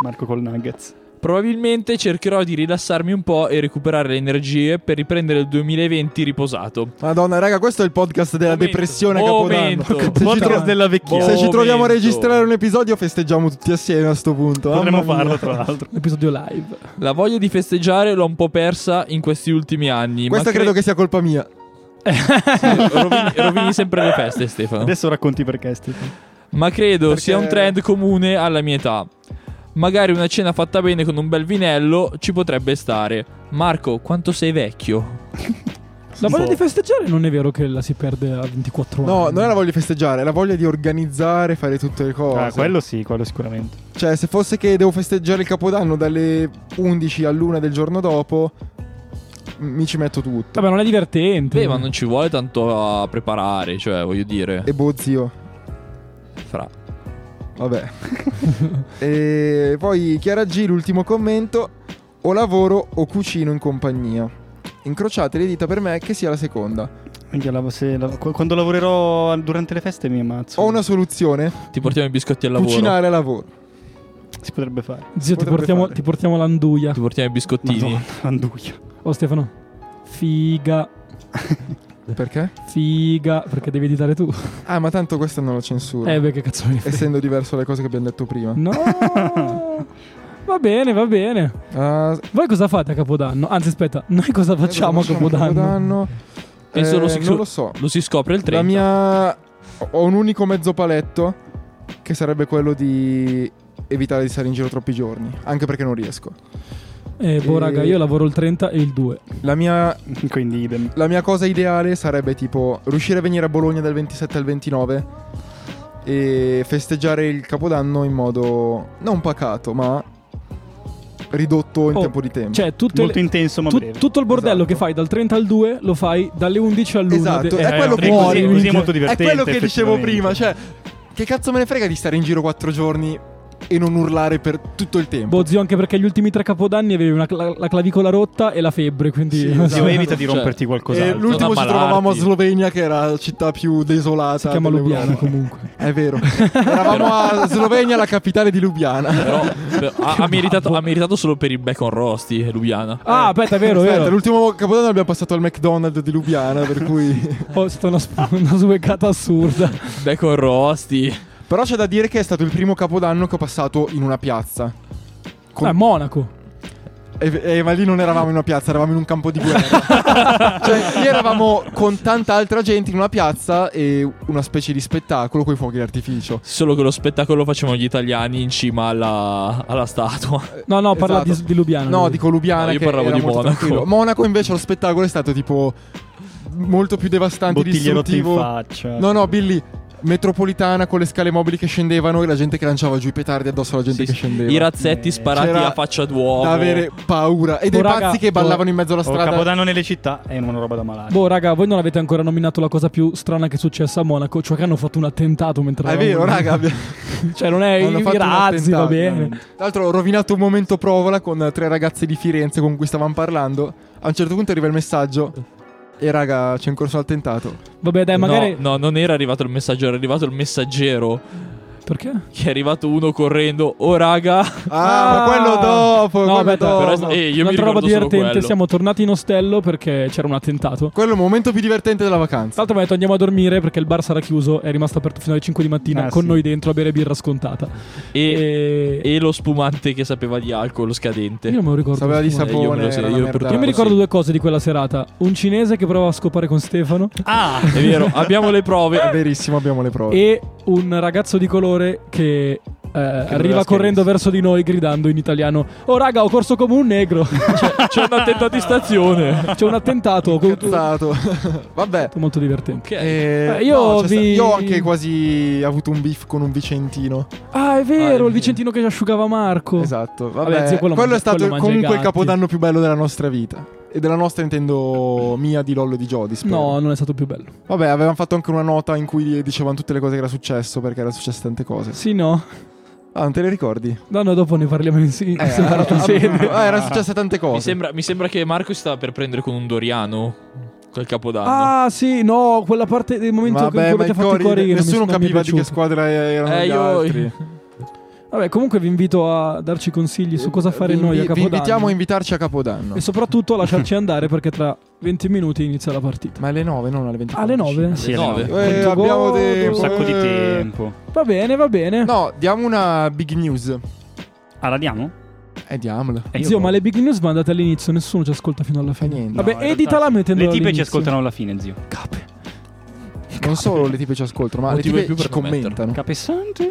S2: Marco col Nuggets.
S4: Probabilmente cercherò di rilassarmi un po' e recuperare le energie per riprendere il 2020 riposato.
S3: Madonna, raga, questo è il podcast della
S4: Momento,
S3: depressione a
S4: momento.
S3: Capodanno. Se ci,
S2: Podcast
S3: tro-
S2: della vecchia. Boh.
S3: se ci
S4: Momento.
S3: troviamo a registrare un episodio, festeggiamo tutti assieme a sto punto.
S2: Potremmo
S3: mamma mia.
S2: farlo, tra l'altro.
S1: Episodio live.
S4: La voglia di festeggiare l'ho un po' persa in questi ultimi anni.
S3: Questa
S4: ma
S3: credo che sia colpa mia.
S4: che rovini, rovini sempre le feste, Stefano.
S2: Adesso racconti perché, Stefano.
S4: Ma credo
S3: Perché-
S4: sia un trend comune alla mia età. Magari una cena fatta bene con un bel vinello ci potrebbe stare. Marco, quanto sei vecchio?
S1: La voglia
S2: po'.
S1: di festeggiare non è vero che la si perde a 24
S3: No,
S1: anni.
S3: non è la voglia di festeggiare, è la voglia di organizzare, fare tutte le cose.
S2: Ah, quello sì, quello sicuramente.
S3: Cioè, se fosse che devo festeggiare il Capodanno dalle 11 all'1 del giorno dopo, m- mi ci metto tutto.
S1: Vabbè, non è divertente.
S4: Beh, ma non ci vuole tanto a preparare, cioè, voglio dire.
S3: Mm. E boh, zio.
S4: Fra.
S3: Vabbè. e poi Chiara G, l'ultimo commento. O lavoro o cucino in compagnia. Incrociate le dita per me che sia la seconda.
S2: Minchia, la- se la- qu- quando lavorerò durante le feste mi ammazzo.
S3: Ho una soluzione.
S4: Ti portiamo i biscotti al lavoro.
S3: Cucinare a lavoro.
S2: Si potrebbe fare.
S1: Zio, ti
S3: potrebbe
S1: portiamo,
S3: fare.
S1: ti portiamo l'anduia.
S4: Ti portiamo i biscottini.
S2: Madonna, anduia.
S1: Oh, Stefano. Figa,
S3: Perché?
S1: figa. Perché devi editare tu.
S3: Ah, ma tanto questa non la censuro.
S1: Eh, Mm. beh, che cazzo mi fai?
S3: Essendo diverso dalle cose che abbiamo detto prima.
S1: No. Va bene, va bene.
S3: Ah,
S1: Voi cosa fate a Capodanno? Anzi, aspetta, noi cosa facciamo a Capodanno?
S4: Penso
S3: Eh,
S4: lo si-
S3: non lo so.
S4: Lo si scopre il 30.
S3: La mia. Ho un unico mezzo paletto. Che sarebbe quello di evitare di stare in giro troppi giorni. Anche perché non riesco.
S1: Eh, boh,
S3: Eh,
S1: raga, io lavoro il 30 e il 2.
S3: La mia
S2: Quindi idem.
S3: La mia cosa ideale sarebbe tipo riuscire a venire a Bologna dal 27 al 29 e festeggiare il Capodanno in modo non pacato, ma ridotto in
S1: Oh,
S3: tempo di tempo.
S1: Cioè, tutte
S2: Molto
S1: le-
S2: intenso, ma
S1: tu-
S2: breve.
S1: tutto il bordello
S3: Esatto.
S1: che fai dal 30 al 2 lo fai dalle 11 all'1.
S3: Esatto,
S2: Eh,
S3: è quello
S2: perché
S3: che-
S2: così, così è
S1: minchia.
S2: molto
S3: è
S2: divertente.
S3: quello che dicevo prima,
S2: effettivamente.
S3: cioè che cazzo me ne frega di stare in giro quattro giorni e non urlare per tutto il tempo. Eh,
S1: Boh, zio, anche perché gli ultimi tre capodanni avevi una cla- la clavicola rotta e la febbre, quindi...
S3: Sì,
S1: non so.
S2: Zio, evita di
S4: Cioè,
S2: romperti
S3: E
S2: qualcos'altro.
S3: esatto. Eh, l'ultimo
S4: Non
S3: ci
S4: ammalarti.
S3: trovavamo a Slovenia che era la città più desolata.
S1: Si chiama
S3: dell'Europa.
S1: Lubiana comunque.
S3: È vero. Eravamo a Slovenia, la capitale di Lubiana.
S4: Però però ha, ha meritato, ha meritato solo per il bacon rosti, Lubiana.
S1: Ah, aspetta, è vero, è
S3: Aspetta,
S1: vero.
S3: l'ultimo capodanno l'abbiamo passato al McDonald's di Lubiana, per cui...
S1: Oh, è stata una, sp- una sbeccata assurda.
S4: Bacon rosti.
S3: Però c'è da dire che è stato il primo capodanno che ho passato in una piazza. Con-
S1: Ah, Monaco.
S3: E- e- ma lì non eravamo in una piazza, eravamo in un campo di guerra. cioè, lì eravamo con tanta altra gente in una piazza e una specie di spettacolo con i fuochi d'artificio.
S4: Solo che lo spettacolo lo facevano gli italiani in cima alla, alla statua.
S1: No, no, parla
S3: Esatto.
S1: di, di Lubiana.
S3: No,
S1: lui.
S3: dico Lubiana.
S4: No, Ah, io
S3: che
S4: parlavo
S3: era
S4: di
S3: molto
S4: Monaco.
S3: tranquillo. Monaco invece lo spettacolo è stato tipo molto più devastante e
S2: Bottiglie rotte in
S3: distruttivo.
S2: faccia.
S3: No, no, Billy. metropolitana con le scale mobili che scendevano e la gente che lanciava giù i petardi addosso alla gente
S4: Sì,
S3: che
S4: sì.
S3: scendeva.
S4: I razzetti
S2: Eh,
S4: sparati
S3: c'era
S4: a faccia d'uomo.
S3: da avere paura. E dei
S1: Oh, raga,
S3: pazzi che ballavano in mezzo alla
S2: O
S3: strada.
S2: Oh, Capodanno nelle città è una roba da malati.
S1: Boh, raga, voi non avete ancora nominato la cosa più strana che è successa a Monaco, cioè che hanno fatto un attentato mentre
S3: è
S1: eravamo
S3: vero,
S1: lì.
S3: raga. abbiamo-
S1: Cioè, non è
S3: Hanno
S1: i
S3: fatto un
S1: razzi, va
S3: attentato,
S1: bene.
S3: Tra l'altro ho rovinato un momento provola con tre ragazze di Firenze con cui stavamo parlando. A un certo punto arriva il messaggio. E raga, c'è in corso un attentato.
S1: Vabbè, dai,
S4: No,
S1: magari.
S4: Eh, No, non era arrivato il messaggero, era arrivato il messaggero.
S1: Perché?
S4: Che è arrivato uno correndo. Oh, raga.
S3: Ah, ma
S1: Ah!
S3: quello dopo,
S1: No,
S3: quello
S1: aspetta,
S3: dopo.
S4: però- eh, io mi
S1: Un'altra roba
S4: ricordo solo
S1: divertente,
S4: quello.
S1: siamo tornati in ostello perché c'era un attentato.
S3: Quello è il momento più divertente della
S1: Tra
S3: vacanza.
S1: l'altro mi ha detto andiamo a dormire perché il bar sarà chiuso, è rimasto aperto fino alle 5 di mattina
S2: Ah,
S1: con
S2: sì.
S1: noi dentro a bere birra scontata.
S4: E,
S1: E...
S4: e lo spumante che sapeva di alcol scadente.
S1: Eh. Io non me lo ricordo.
S3: Sapeva di sapone.
S4: io me lo
S3: era
S4: so-
S3: una
S4: io
S3: merda.
S4: purtroppo
S1: Io mi
S4: sì.
S1: ricordo due cose di quella serata. Un cinese che provava a scopare con Stefano
S2: Ah,
S4: È vero, abbiamo le
S3: È
S4: prove.
S3: verissimo, abbiamo le prove.
S1: e un ragazzo di colore che... eh, arriva
S2: doveva
S1: correndo
S2: scherzi.
S1: verso di noi gridando in italiano Oh raga ho corso come un negro
S4: C'è un attentato in stazione.
S1: C'è un attentato ho avuto-
S3: Cazzato. Vabbè.
S1: Molto divertente
S4: Ok.
S3: Eh,
S1: Eh, io
S3: no, c'è sta-
S1: vi-
S3: io ho anche quasi avuto un beef con un vicentino.
S1: Ah è vero
S4: vero.
S1: il vicentino che ci asciugava Marco
S3: Esatto. Vabbè,
S1: Vabbè, zio, quello
S3: quello,
S1: mangia-
S3: è stato
S1: quello mangia i
S3: comunque il
S1: gatti.
S3: capodanno più bello della nostra vita. E della nostra intendo mia, di Lollo e di Jody. spero.
S1: No non è stato più bello
S3: Vabbè, avevamo fatto anche una nota in cui dicevamo tutte le cose che era successo perché era successo tante cose.
S1: Sì no
S3: Ah, non te le ricordi?
S1: No, no, dopo ne parliamo in si-
S3: Eh,
S1: separata
S3: ah,
S1: sede.
S3: ah, era successe tante cose.
S4: Mi sembra, mi sembra che Marco si stava per prendere con un Doriano. Quel capodanno.
S1: Ah, sì, no, quella parte del momento
S3: Vabbè,
S1: che
S3: ma
S1: avete
S3: i
S1: fatto i
S3: cori-
S1: cori che non mi-
S3: nessuno
S1: non mi è
S3: capiva di che
S1: piaciuto.
S3: squadra erano
S4: Eh,
S3: gli
S4: io-
S3: altri.
S1: Vabbè, comunque vi invito a darci consigli su cosa fare
S3: Eh, Vi-
S1: noi a
S3: vi-
S1: Capodanno. Esatto.
S3: Vi invitiamo a invitarci a Capodanno.
S1: E soprattutto a lasciarci andare perché tra 20 minuti inizia la partita.
S3: Ma alle 9, non alle 20.
S1: Alle 9?
S2: Sì,
S4: alle
S2: nove.
S4: nove.
S3: Eh,
S1: Quanto
S3: abbiamo
S1: godo.
S3: tempo.
S2: un sacco di
S3: eh.
S2: tempo.
S1: Va bene, va bene.
S3: No, diamo una big news.
S2: Ah, la diamo?
S3: Eh, diamola.
S2: Eh, io
S1: Zio,
S2: boh.
S1: ma le big news mandate all'inizio, nessuno ci ascolta fino alla
S3: Fa
S1: fine.
S3: Eh, niente.
S2: No,
S1: Vabbè,
S2: in realtà
S1: editala mettendo
S2: Le tipe ci
S1: all'inizio.
S2: ascoltano alla fine, zio.
S1: Cape.
S3: Non solo le tipe ci ascoltano, ma le
S4: Motivo in
S3: tipe
S4: più
S3: ci
S4: per non
S3: commentano.
S2: Capessante?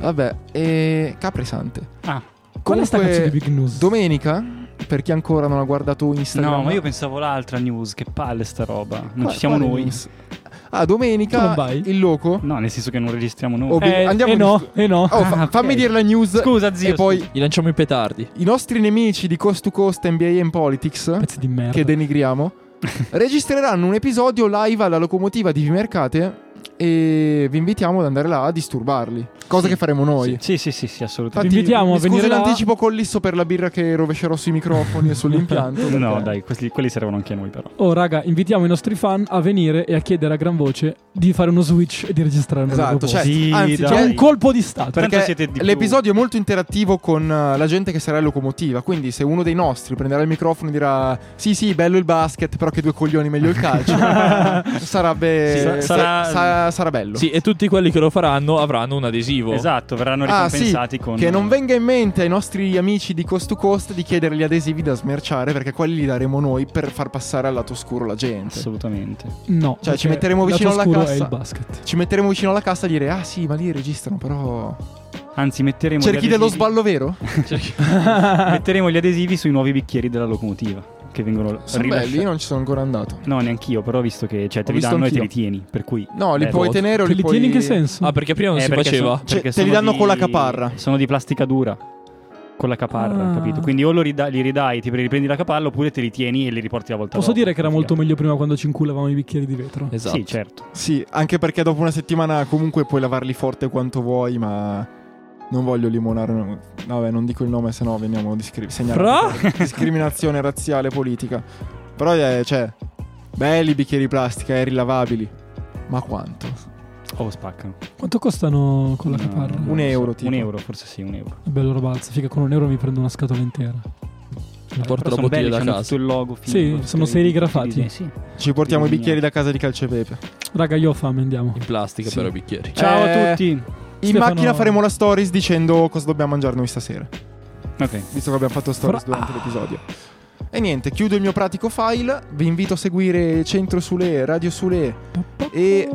S3: Vabbè, e caprisante.
S2: Ah,
S1: Qual è sta cazzo
S3: Comunque,
S1: di big news?
S3: Domenica, per chi ancora non ha guardato Instagram.
S2: no, ma io pensavo l'altra news. Che palle sta roba. Non
S3: Quale-
S2: ci siamo
S3: quale
S2: noi.
S3: news? Ah,
S1: Tu non
S3: domenica
S1: vai?
S3: il loco.
S2: No, nel senso che non registriamo noi.
S3: Oh,
S1: eh,
S3: Big- andiamo
S1: eh
S3: in
S1: no,
S3: discu-
S1: eh no.
S3: Oh, fa-
S2: Ah, ok.
S3: fammi dire la news.
S2: Scusa, zio.
S3: e poi
S2: scusa.
S4: Gli lanciamo i petardi.
S3: i nostri nemici di Coast to Coast NBA and Politics,
S1: Pezzi di merda.
S3: che denigriamo, registreranno un episodio live alla locomotiva di Vimercate e vi invitiamo ad andare là a disturbarli. Cosa
S2: Sì,
S3: che faremo noi.
S2: Sì, sì, sì, sì, assolutamente.
S3: Infatti,
S1: Vi invitiamo
S3: mi
S1: a
S3: scuso
S1: venire
S3: in
S1: là.
S3: anticipo con Lisso per la birra che rovescerò sui microfoni e sull'impianto.
S2: No,
S3: perché-
S2: dai, questi- quelli servono anche a noi, però.
S1: Oh, raga, invitiamo i nostri fan a venire e a chiedere a gran voce di fare uno switch e di registrare una loro
S3: Esatto,
S1: voce.
S3: cioè,
S2: Sì,
S3: anzi,
S2: dai.
S3: c'è
S1: È
S3: un
S1: un colpo di stato.
S2: Tanto
S3: Perché
S2: siete di più.
S3: l'episodio è molto interattivo con eh, la gente che sarà in locomotiva. Quindi, se uno dei nostri prenderà il microfono e dirà: Sì, sì, bello il basket, però che due coglioni meglio il calcio. sarebbe,
S2: Sì, sa- sarà-
S3: sa- sarà bello.
S4: Sì, e tutti quelli che lo faranno avranno un adesivo.
S2: Esatto, verranno
S3: Ah, sì,
S2: ricompensati con.
S3: Che non venga in mente ai nostri amici di Cost to Cost di chiedere gli adesivi da smerciare, perché quelli li daremo noi per far passare al lato oscuro la gente.
S2: Assolutamente.
S1: No.
S3: Cioè,
S1: perché
S3: ci metteremo vicino
S1: lato
S3: alla
S1: oscuro
S3: cassa.
S1: è il basket.
S3: Ci metteremo vicino alla cassa e dire: Ah, sì, ma lì registrano, però.
S2: Anzi, metteremo.
S3: Cerchi
S2: gli
S3: dello
S2: adesivi-
S3: sballo vero?
S2: Metteremo gli adesivi sui nuovi bicchieri della locomotiva. Che vengono
S3: Sono
S2: rilasciati.
S3: belli, io non ci sono ancora andato.
S2: No, neanch'io, però ho visto che cioè, te
S3: Ho
S2: li
S3: visto
S2: danno e te li
S3: anch'io.
S2: tieni. Per cui.
S3: No, li
S2: Eh,
S3: puoi
S2: boh.
S3: tenere o
S1: Che
S3: li
S1: li
S3: puoi
S1: tieni in che senso?
S4: Ah, perché prima non
S2: Eh,
S4: si
S2: perché
S4: faceva.
S2: sono- perché
S3: Cioè, te li
S2: sono
S3: danno
S2: di-
S3: con la caparra.
S2: Sono di plastica dura. Con la caparra,
S1: Ah.
S2: capito? Quindi o lo rida- li ridai, ti pre- riprendi la caparra, oppure te li tieni e li riporti la volta
S1: Posso
S2: dopo,
S1: dire che era molto
S2: praticamente.
S1: meglio prima quando ci inculavamo i bicchieri di vetro.
S4: Esatto.
S2: Sì, certo.
S3: Sì, anche perché dopo una settimana comunque puoi lavarli forte quanto vuoi, ma non voglio limonare. no, Vabbè, non dico il nome, sennò veniamo discri- segnalati. per Discriminazione razziale politica. Però, eh, cioè, belli i bicchieri di plastica, eh, rilavabili. Ma quanto?
S2: Oh, spaccano.
S1: Quanto costano con la
S2: No,
S1: caparra?
S2: non lo
S3: Eh. Un
S2: so.
S3: euro, tipo.
S2: Un euro, forse sì, un euro.
S1: Bello robalza, figa, con un euro mi prendo una scatola intera.
S4: Mi
S2: Però
S4: porto
S2: sono
S4: la bottiglia
S2: belli,
S4: da
S2: c'hanno
S4: casa.
S2: tutto il logo. figo,
S1: Sì,
S2: tutti
S1: sono
S2: i-
S1: serigrafati.
S2: tutti i disegni, Sì.
S3: Ci portiamo i
S2: Bisogna-
S3: bicchieri da casa di calcepepe.
S1: Raga, io ho fame, andiamo.
S4: In plastica
S3: Sì.
S4: però i bicchieri.
S2: Ciao
S3: Eh,
S2: a tutti.
S3: In
S1: Stefano-
S3: macchina faremo la stories dicendo cosa dobbiamo mangiare noi stasera.
S2: Ok.
S3: visto che abbiamo fatto stories
S1: Fra-
S3: durante l'episodio. E niente, chiudo il mio pratico file, vi invito a seguire Centro Sule, Radio Sule, e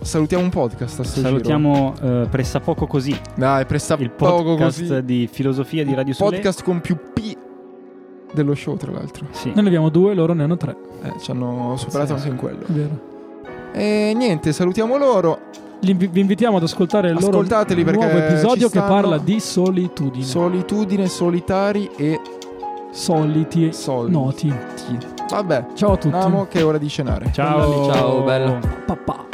S3: salutiamo un podcast a sto giro.
S2: Salutiamo eh, pressappoco così
S3: Dai, presta
S2: il
S3: poco
S2: podcast
S3: così.
S2: di filosofia di Radio Sole.
S3: Podcast con più P dello show, tra l'altro.
S2: Sì.
S1: Noi ne abbiamo due, loro ne hanno tre.
S3: Eh, ci hanno superato
S2: Sì.
S3: anche in quello.
S1: Vero.
S3: E niente, salutiamo loro.
S1: Li invi- vi invitiamo ad ascoltare il loro
S3: Ascoltateli perché
S1: nuovo episodio
S3: ci
S1: che
S3: stanno-
S1: parla di solitudine.
S3: Solitudine, solitari e
S1: soliti e
S3: soldi.
S1: noti.
S3: Vabbè,
S1: Ciao a tutti.
S3: andiamo che è ora di cenare.
S2: Ciao.
S4: Ciao, bella.
S1: Papà.